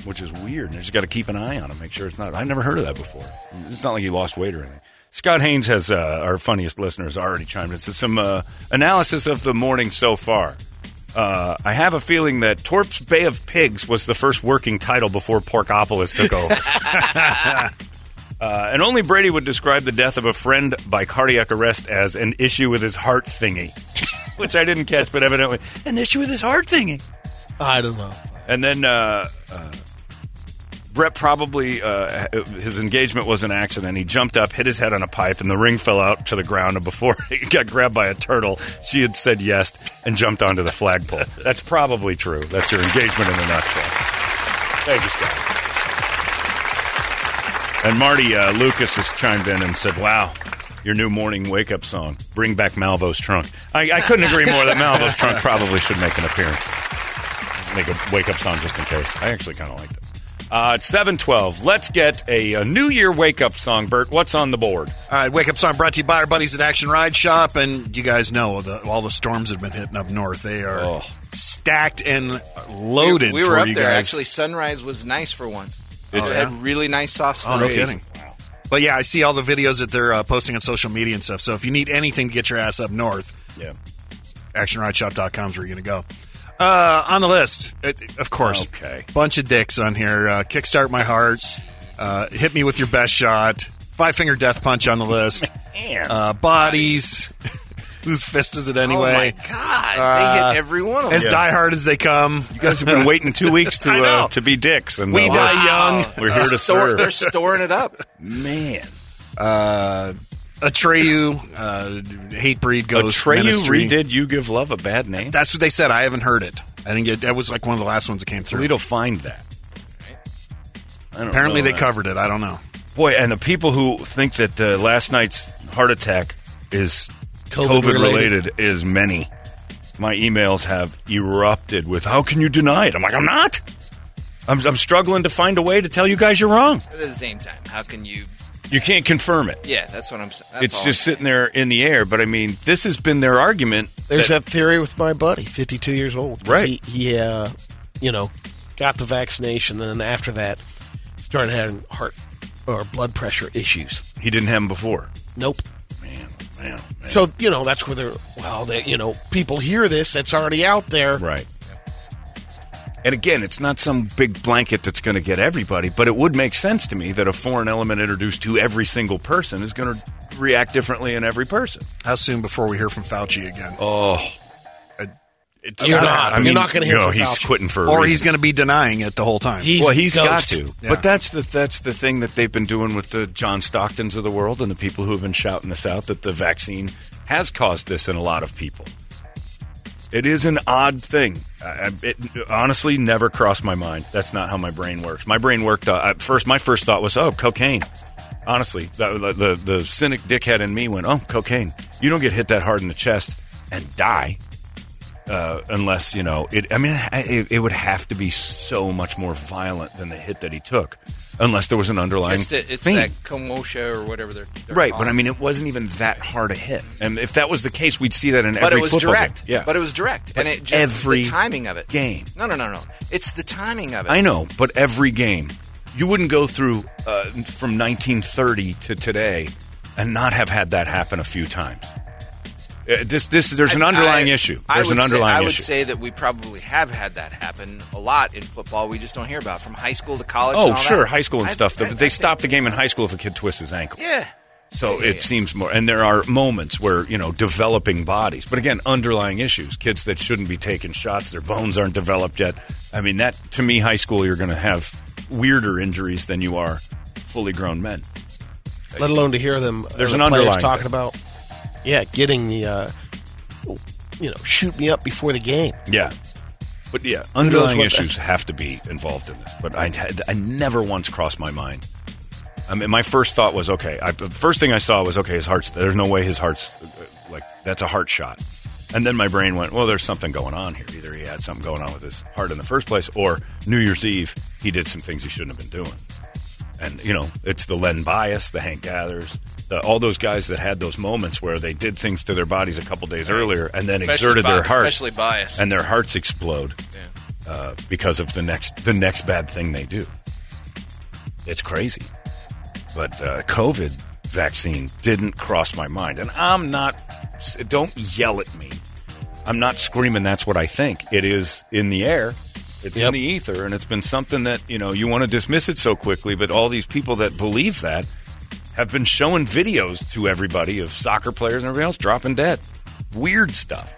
[SPEAKER 3] which is weird. And I just got to keep an eye on him, make sure it's not. I've never heard of that before. It's not like he lost weight or anything. Scott Haynes has uh, our funniest listeners already chimed in. So some uh, analysis of the morning so far. Uh, I have a feeling that Torp's Bay of Pigs was the first working title before Porkopolis took over. [LAUGHS] Uh, and only Brady would describe the death of a friend by cardiac arrest as an issue with his heart thingy, [LAUGHS] which I didn't catch, but evidently an issue with his heart thingy.
[SPEAKER 5] I don't know.
[SPEAKER 3] And then uh, uh, Brett probably uh, his engagement was an accident. He jumped up, hit his head on a pipe, and the ring fell out to the ground. [LAUGHS] And before he got grabbed by a turtle, she had said yes and jumped onto the flagpole. That's probably true. That's your engagement in a nutshell. Thank you, Scott. And Marty uh, Lucas has chimed in and said, "Wow." Your new morning wake up song, Bring Back Malvo's Trunk. I, I couldn't agree more that Malvo's Trunk probably should make an appearance make a wake up song just in case. I actually kind of liked it. Uh, it's seven twelve. Let's get a, a New Year wake up song, Bert. What's on the board?
[SPEAKER 4] All right, wake up song brought to you by our buddies at Action Ride Shop, and you guys know the, all the storms that have been hitting up north. They are
[SPEAKER 3] Oh.
[SPEAKER 4] stacked and loaded.
[SPEAKER 6] We, we were
[SPEAKER 4] for
[SPEAKER 6] up
[SPEAKER 4] you
[SPEAKER 6] there
[SPEAKER 4] guys.
[SPEAKER 6] actually. Sunrise was nice for once.
[SPEAKER 4] It-
[SPEAKER 6] it
[SPEAKER 4] yeah.
[SPEAKER 6] had really nice soft.
[SPEAKER 4] Oh, no
[SPEAKER 6] sunrays.
[SPEAKER 4] kidding. But yeah, I see all the videos that they're uh, posting on social media and stuff. So if you need anything to get your ass up north,
[SPEAKER 3] yeah,
[SPEAKER 4] actionrideshop.com is where you're going to go. Uh, on the list, it, of course.
[SPEAKER 3] Okay.
[SPEAKER 4] Bunch of dicks on here. Uh, Kickstart My Heart. Uh, hit Me With Your Best Shot. Five Finger Death Punch on
[SPEAKER 3] [LAUGHS]
[SPEAKER 4] the list.
[SPEAKER 6] Man.
[SPEAKER 4] uh, bodies. [LAUGHS] Whose fist is it anyway?
[SPEAKER 6] Oh my god!
[SPEAKER 4] Uh,
[SPEAKER 6] they hit every one of them.
[SPEAKER 4] As diehard as they come.
[SPEAKER 3] You guys have
[SPEAKER 4] [LAUGHS]
[SPEAKER 3] been waiting two weeks [LAUGHS] to
[SPEAKER 4] I know.
[SPEAKER 3] uh, to be dicks, and
[SPEAKER 4] We
[SPEAKER 3] uh,
[SPEAKER 4] die
[SPEAKER 3] we're-
[SPEAKER 4] young.
[SPEAKER 3] [LAUGHS] We're here to
[SPEAKER 6] Store, they're
[SPEAKER 3] serve.
[SPEAKER 6] storing it up. [LAUGHS]
[SPEAKER 3] Man,
[SPEAKER 4] uh, Atreyu, uh, Hate Breed Ghost.
[SPEAKER 3] Atreyu
[SPEAKER 4] Ministry.
[SPEAKER 3] redid "You Give Love a Bad Name."
[SPEAKER 4] That's what they said. I haven't heard it. I didn't get. That was like one of the last ones that came through.
[SPEAKER 3] Toledo find that. I don't
[SPEAKER 4] Apparently,
[SPEAKER 3] know
[SPEAKER 4] they
[SPEAKER 3] that.
[SPEAKER 4] covered it. I don't know.
[SPEAKER 3] Boy, and the people who think that uh, last night's heart attack is COVID,
[SPEAKER 4] COVID
[SPEAKER 3] related is many. My emails have erupted with, "How can you deny it?" I'm like, "I'm not. I'm, I'm struggling to find a way to tell you guys you're wrong.
[SPEAKER 6] But at the same time, how can you?
[SPEAKER 3] You can't confirm it.
[SPEAKER 6] Yeah, that's what I'm. s- That's
[SPEAKER 3] it's
[SPEAKER 6] all
[SPEAKER 3] just sitting there in the air." But I mean, this has been their argument.
[SPEAKER 5] There's
[SPEAKER 3] that-
[SPEAKER 5] that theory with my buddy, 52 years old. 'cause
[SPEAKER 3] Right.
[SPEAKER 5] He, he uh, you know, got the vaccination, and then after that, started having heart or blood pressure issues.
[SPEAKER 3] he didn't have them before.
[SPEAKER 5] Nope.
[SPEAKER 3] Man, oh, man, man.
[SPEAKER 5] So you know that's where they're well, they, you know, people hear this. It's already out there.
[SPEAKER 3] Right. And again, it's not some big blanket that's going to get everybody, but it would make sense to me that a foreign element introduced to every single person is going to react differently in every person.
[SPEAKER 4] How soon before we hear from Fauci again?
[SPEAKER 3] Oh,
[SPEAKER 4] It's
[SPEAKER 5] You're
[SPEAKER 4] gotta
[SPEAKER 5] not.
[SPEAKER 4] happen.
[SPEAKER 5] You're not gonna hear
[SPEAKER 3] you know,
[SPEAKER 5] from
[SPEAKER 3] he's
[SPEAKER 5] Fauci.
[SPEAKER 3] quitting for a
[SPEAKER 4] or
[SPEAKER 3] reason.
[SPEAKER 4] he's going to be denying it the whole time.
[SPEAKER 5] He's
[SPEAKER 3] well, he's got
[SPEAKER 5] ghost.
[SPEAKER 3] to.
[SPEAKER 4] Yeah.
[SPEAKER 3] But that's the that's the thing that they've been doing with the John Stocktons of the world and the people who have been shouting this out that the vaccine has caused this in a lot of people. It is an odd thing. I, I- it honestly never crossed my mind. That's not how my brain works. My brain worked uh, at first. My first thought was, "Oh, cocaine." Honestly, that, the, the the cynic dickhead in me went, "Oh, cocaine." You don't get hit that hard in the chest and die uh, unless you know it. I mean, I- it, it would have to be so much more violent than the hit that he took, unless there was an underlying.
[SPEAKER 6] Just that- it's
[SPEAKER 3] thing.
[SPEAKER 6] that komosha or whatever they're, they're
[SPEAKER 3] right,
[SPEAKER 6] calling
[SPEAKER 3] but I mean, it wasn't even that hard a hit, and if that was the case, we'd see that in
[SPEAKER 6] but
[SPEAKER 3] every
[SPEAKER 6] it was
[SPEAKER 3] football
[SPEAKER 6] direct.
[SPEAKER 3] game. Yeah,
[SPEAKER 6] but it was direct,
[SPEAKER 3] But
[SPEAKER 6] and it just
[SPEAKER 3] every
[SPEAKER 6] the timing of it.
[SPEAKER 3] game.
[SPEAKER 6] No, no, no, no. It's the timing of it.
[SPEAKER 3] I know, but every game, you wouldn't go through uh, from 1930 to today and not have had that happen a few times. Uh, this, this, there's an
[SPEAKER 6] I-
[SPEAKER 3] underlying
[SPEAKER 6] I-
[SPEAKER 3] issue.
[SPEAKER 6] I
[SPEAKER 3] There's
[SPEAKER 6] would
[SPEAKER 3] an underlying
[SPEAKER 6] say, I would
[SPEAKER 3] issue.
[SPEAKER 6] say that we probably have had that happen a lot in football. We just don't hear about it. from high school to college. and
[SPEAKER 3] oh,
[SPEAKER 6] all
[SPEAKER 3] sure,
[SPEAKER 6] that.
[SPEAKER 3] high school and
[SPEAKER 6] I-
[SPEAKER 3] stuff. they
[SPEAKER 6] I- I
[SPEAKER 3] they
[SPEAKER 6] think-
[SPEAKER 3] stop the game in high school if a kid twists his ankle.
[SPEAKER 6] Yeah.
[SPEAKER 3] So
[SPEAKER 6] Yeah,
[SPEAKER 3] it
[SPEAKER 6] yeah.
[SPEAKER 3] seems more, and there are moments where you know developing bodies, but again, underlying issues. Kids that shouldn't be taking shots, their bones aren't developed yet. I mean, that to me, high school, you're going to have weirder injuries than you are fully grown men.
[SPEAKER 5] let alone to hear them. uh,
[SPEAKER 3] There's
[SPEAKER 5] the
[SPEAKER 3] an
[SPEAKER 5] players
[SPEAKER 3] underlying
[SPEAKER 5] talking
[SPEAKER 3] thing.
[SPEAKER 5] about. Yeah, getting the uh, you know shoot me up before the game.
[SPEAKER 3] Yeah. But yeah,
[SPEAKER 5] knows
[SPEAKER 3] underlying
[SPEAKER 5] what
[SPEAKER 3] issues have to be involved in this. But I, had- I never once crossed my mind. I mean, my first thought was okay. I, the first thing I saw was okay. His heart's there's no way his heart's uh, like that's a heart shot. And then my brain went, well, there's something going on here. Either he had something going on with his heart in the first place, or New Year's Eve he did some things he shouldn't have been doing. And you know, it's the Len Bias, the Hank Gathers, the, all those guys that had those moments where they did things to their bodies a couple days earlier and then
[SPEAKER 6] Especially
[SPEAKER 3] exerted their
[SPEAKER 6] bi-
[SPEAKER 3] heart,
[SPEAKER 6] especially bias.
[SPEAKER 3] and their hearts explode uh, because of the next the next bad thing they do. It's crazy, but uh, COVID vaccine didn't cross my mind, and I'm not. s- Don't yell at me. I'm not screaming. That's what I think. It is in the air. It's in
[SPEAKER 5] Yep.
[SPEAKER 3] the ether, and it's been something that you know you want to dismiss it so quickly. But all these people that believe that have been showing videos to everybody of soccer players and everybody else dropping dead. Weird stuff.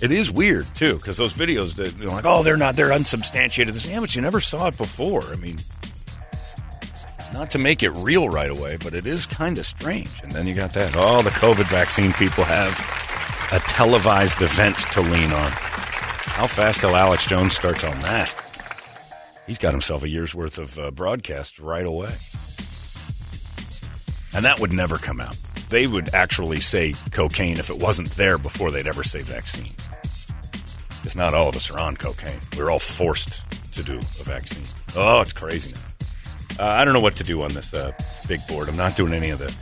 [SPEAKER 3] It is weird too because those videos that they're like, oh, they're not, they're unsubstantiated. This, yeah, but you never saw it before. I mean, not to make it real right away, but it is kind of strange. And then you got that. All the COVID vaccine people have a televised event to lean on. How fast till Alex Jones starts on that? He's got himself a year's worth of uh, broadcast right away. And that would never come out. They would actually say cocaine if it wasn't there before they'd ever say vaccine. Because not all of us are on cocaine. We're all forced to do a vaccine. Oh, it's crazy now. Uh, I don't know what to do on this uh, big board. I'm not doing any of the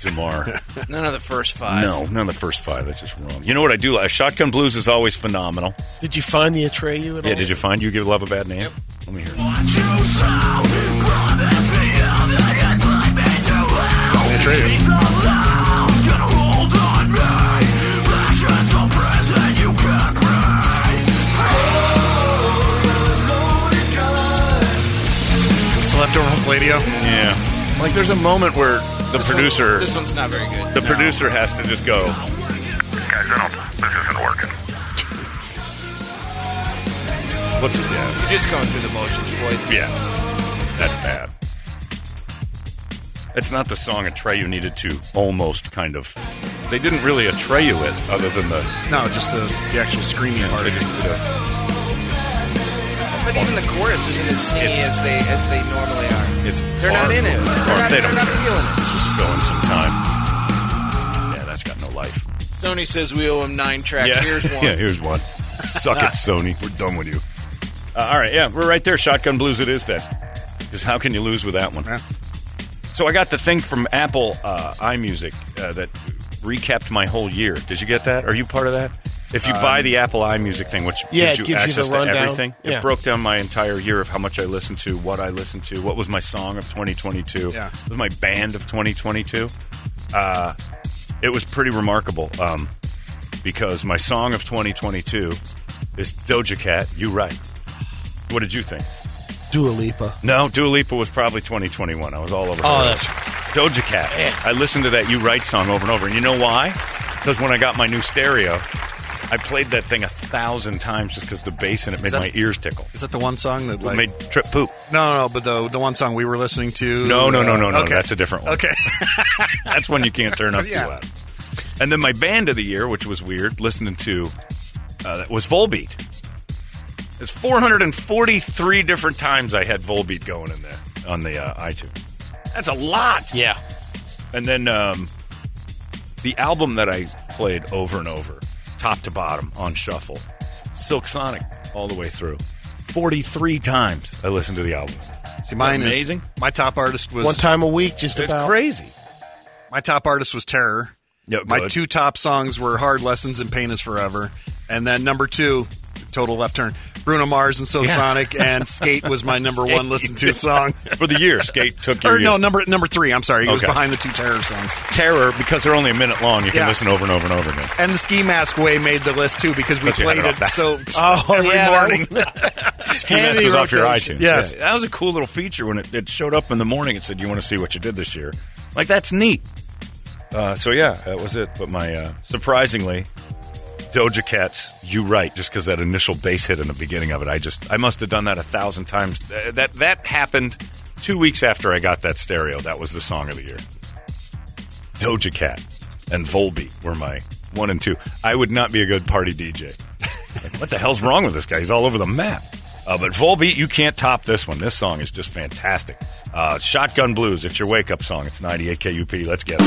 [SPEAKER 3] tomorrow.
[SPEAKER 6] None of the first five.
[SPEAKER 3] No, none of the first five. That's just wrong. You know what I do? like? Shotgun Blues is always phenomenal.
[SPEAKER 5] Did you find the Atreyu at all?
[SPEAKER 3] Yeah, did you find You Give Love a Bad Name? Let me hear it.
[SPEAKER 4] It's the leftover from Palladio.
[SPEAKER 3] Yeah. Like, there's a moment where the
[SPEAKER 6] This one's-
[SPEAKER 3] producer
[SPEAKER 6] This one's not very good.
[SPEAKER 3] the producer has to just go,
[SPEAKER 2] Guys, I don't. This isn't working.
[SPEAKER 3] what's that?
[SPEAKER 6] You're just going through the motions, boys.
[SPEAKER 3] Yeah, that's bad. It's not the song Atreyu needed to almost kind of. They didn't really Atreyu it, other than the
[SPEAKER 4] No, just the, the actual screaming part.
[SPEAKER 3] they just did a-
[SPEAKER 6] But even the chorus isn't as skinny
[SPEAKER 3] It's-
[SPEAKER 6] as they as they normally are.
[SPEAKER 3] It's
[SPEAKER 6] They're not in it.
[SPEAKER 3] horrible. It's
[SPEAKER 6] They're
[SPEAKER 3] hor-
[SPEAKER 6] not-
[SPEAKER 3] they
[SPEAKER 6] they're
[SPEAKER 3] don't
[SPEAKER 6] not
[SPEAKER 3] care.
[SPEAKER 6] feeling it.
[SPEAKER 3] Just fill in some time. Yeah, that's got no life.
[SPEAKER 6] Sony says we owe him nine
[SPEAKER 3] [LAUGHS]
[SPEAKER 6] tracks.
[SPEAKER 3] Yeah.
[SPEAKER 6] Here's one.
[SPEAKER 3] yeah, here's one. Suck it, Sony. We're done with you. Uh, all right, yeah, we're right there. Shotgun Blues, it is then. Because how can you lose with that one?
[SPEAKER 4] Yeah.
[SPEAKER 3] So I got the thing from Apple uh, iMusic uh, that recapped my whole year. Did you get that? Are you part of that? If you buy the Apple iMusic thing, which
[SPEAKER 5] Yeah,
[SPEAKER 3] gives you
[SPEAKER 5] it gives you the
[SPEAKER 3] access to
[SPEAKER 5] rundown.
[SPEAKER 3] everything,
[SPEAKER 5] Yeah.
[SPEAKER 3] it broke down my entire year of how much I listened to, what I listened to, what was my song of 2022,
[SPEAKER 4] Yeah.
[SPEAKER 3] what was my band of 2022. Uh, it was pretty remarkable um, because my song of 2022 is Doja Cat, You Right. What did you think?
[SPEAKER 5] Dua Lipa.
[SPEAKER 3] No, Dua Lipa was probably 2021. I was all over. her.
[SPEAKER 5] Oh, that's-
[SPEAKER 3] Doja Cat. I listened to that "You Right" song over and over, and you know why? Because when I got my new stereo, I played that thing a thousand times just because the bass in it made
[SPEAKER 4] that-
[SPEAKER 3] my ears tickle.
[SPEAKER 4] Is that the one song that
[SPEAKER 3] It
[SPEAKER 4] like?
[SPEAKER 3] made trip poop.
[SPEAKER 4] no, no, no, but the the one song we were listening to.
[SPEAKER 3] No, no, no,
[SPEAKER 4] uh,
[SPEAKER 3] no, no.
[SPEAKER 4] okay.
[SPEAKER 3] That's a different one.
[SPEAKER 4] Okay.
[SPEAKER 3] [LAUGHS] That's one you can't turn up
[SPEAKER 4] Yeah.
[SPEAKER 3] too loud. And then my band of the year, which was weird, listening to uh, that was Volbeat. It's 443 different times I had Volbeat going in there on the uh, iTunes. That's a lot.
[SPEAKER 5] Yeah.
[SPEAKER 3] And then um, the album that I played over and over, top to bottom on shuffle, Silk Sonic, all the way through. 43 times I listened to the album.
[SPEAKER 4] See, mine is-
[SPEAKER 3] Amazing.
[SPEAKER 4] my top artist was
[SPEAKER 5] One time a week, just about.
[SPEAKER 3] crazy.
[SPEAKER 4] my top artist was Terror.
[SPEAKER 3] Yeah,
[SPEAKER 4] my
[SPEAKER 3] good.
[SPEAKER 4] two top songs were Hard Lessons and Pain Is Forever, and then number two, Total Left Turn. Bruno Mars and So Sonic and Skate was my number
[SPEAKER 3] [LAUGHS]
[SPEAKER 4] one listened to song.
[SPEAKER 3] For the year,
[SPEAKER 4] [LAUGHS]
[SPEAKER 3] Skate took your
[SPEAKER 4] or no,
[SPEAKER 3] year.
[SPEAKER 4] number number three. I'm sorry, it was
[SPEAKER 3] Okay.
[SPEAKER 4] behind the two Terror songs.
[SPEAKER 3] Terror, because they're only a minute long, you can
[SPEAKER 4] Yeah.
[SPEAKER 3] listen over and over and over again.
[SPEAKER 4] And the ski mask way made the list too because we
[SPEAKER 3] Because you had
[SPEAKER 4] played
[SPEAKER 3] it off
[SPEAKER 4] it
[SPEAKER 3] that. [LAUGHS]
[SPEAKER 4] [LAUGHS] so
[SPEAKER 5] Oh,
[SPEAKER 4] every
[SPEAKER 5] yeah, that
[SPEAKER 4] morning. [LAUGHS]
[SPEAKER 3] Ski Mask was off your iTunes.
[SPEAKER 4] Yes.
[SPEAKER 3] Yeah. That was a cool little feature when it, it showed up in the morning. It said, you want to see what you did this year? Like, that's neat. Uh, so, yeah, that was it. But my, uh, surprisingly, Doja Cat's You Right, just because that initial bass hit in the beginning of it, I just, I must have done that a thousand times. Uh, that, that happened Two weeks after I got that stereo, that was the song of the year. Doja Cat and Volbeat were my one and two. I would not be a good party DJ. [LAUGHS] Like, what the hell's wrong with this guy? He's all over the map. Uh, but Volbeat, you can't top this one. This song is just fantastic. Uh, Shotgun Blues, it's your wake up song. It's 98 KUP. Let's get it.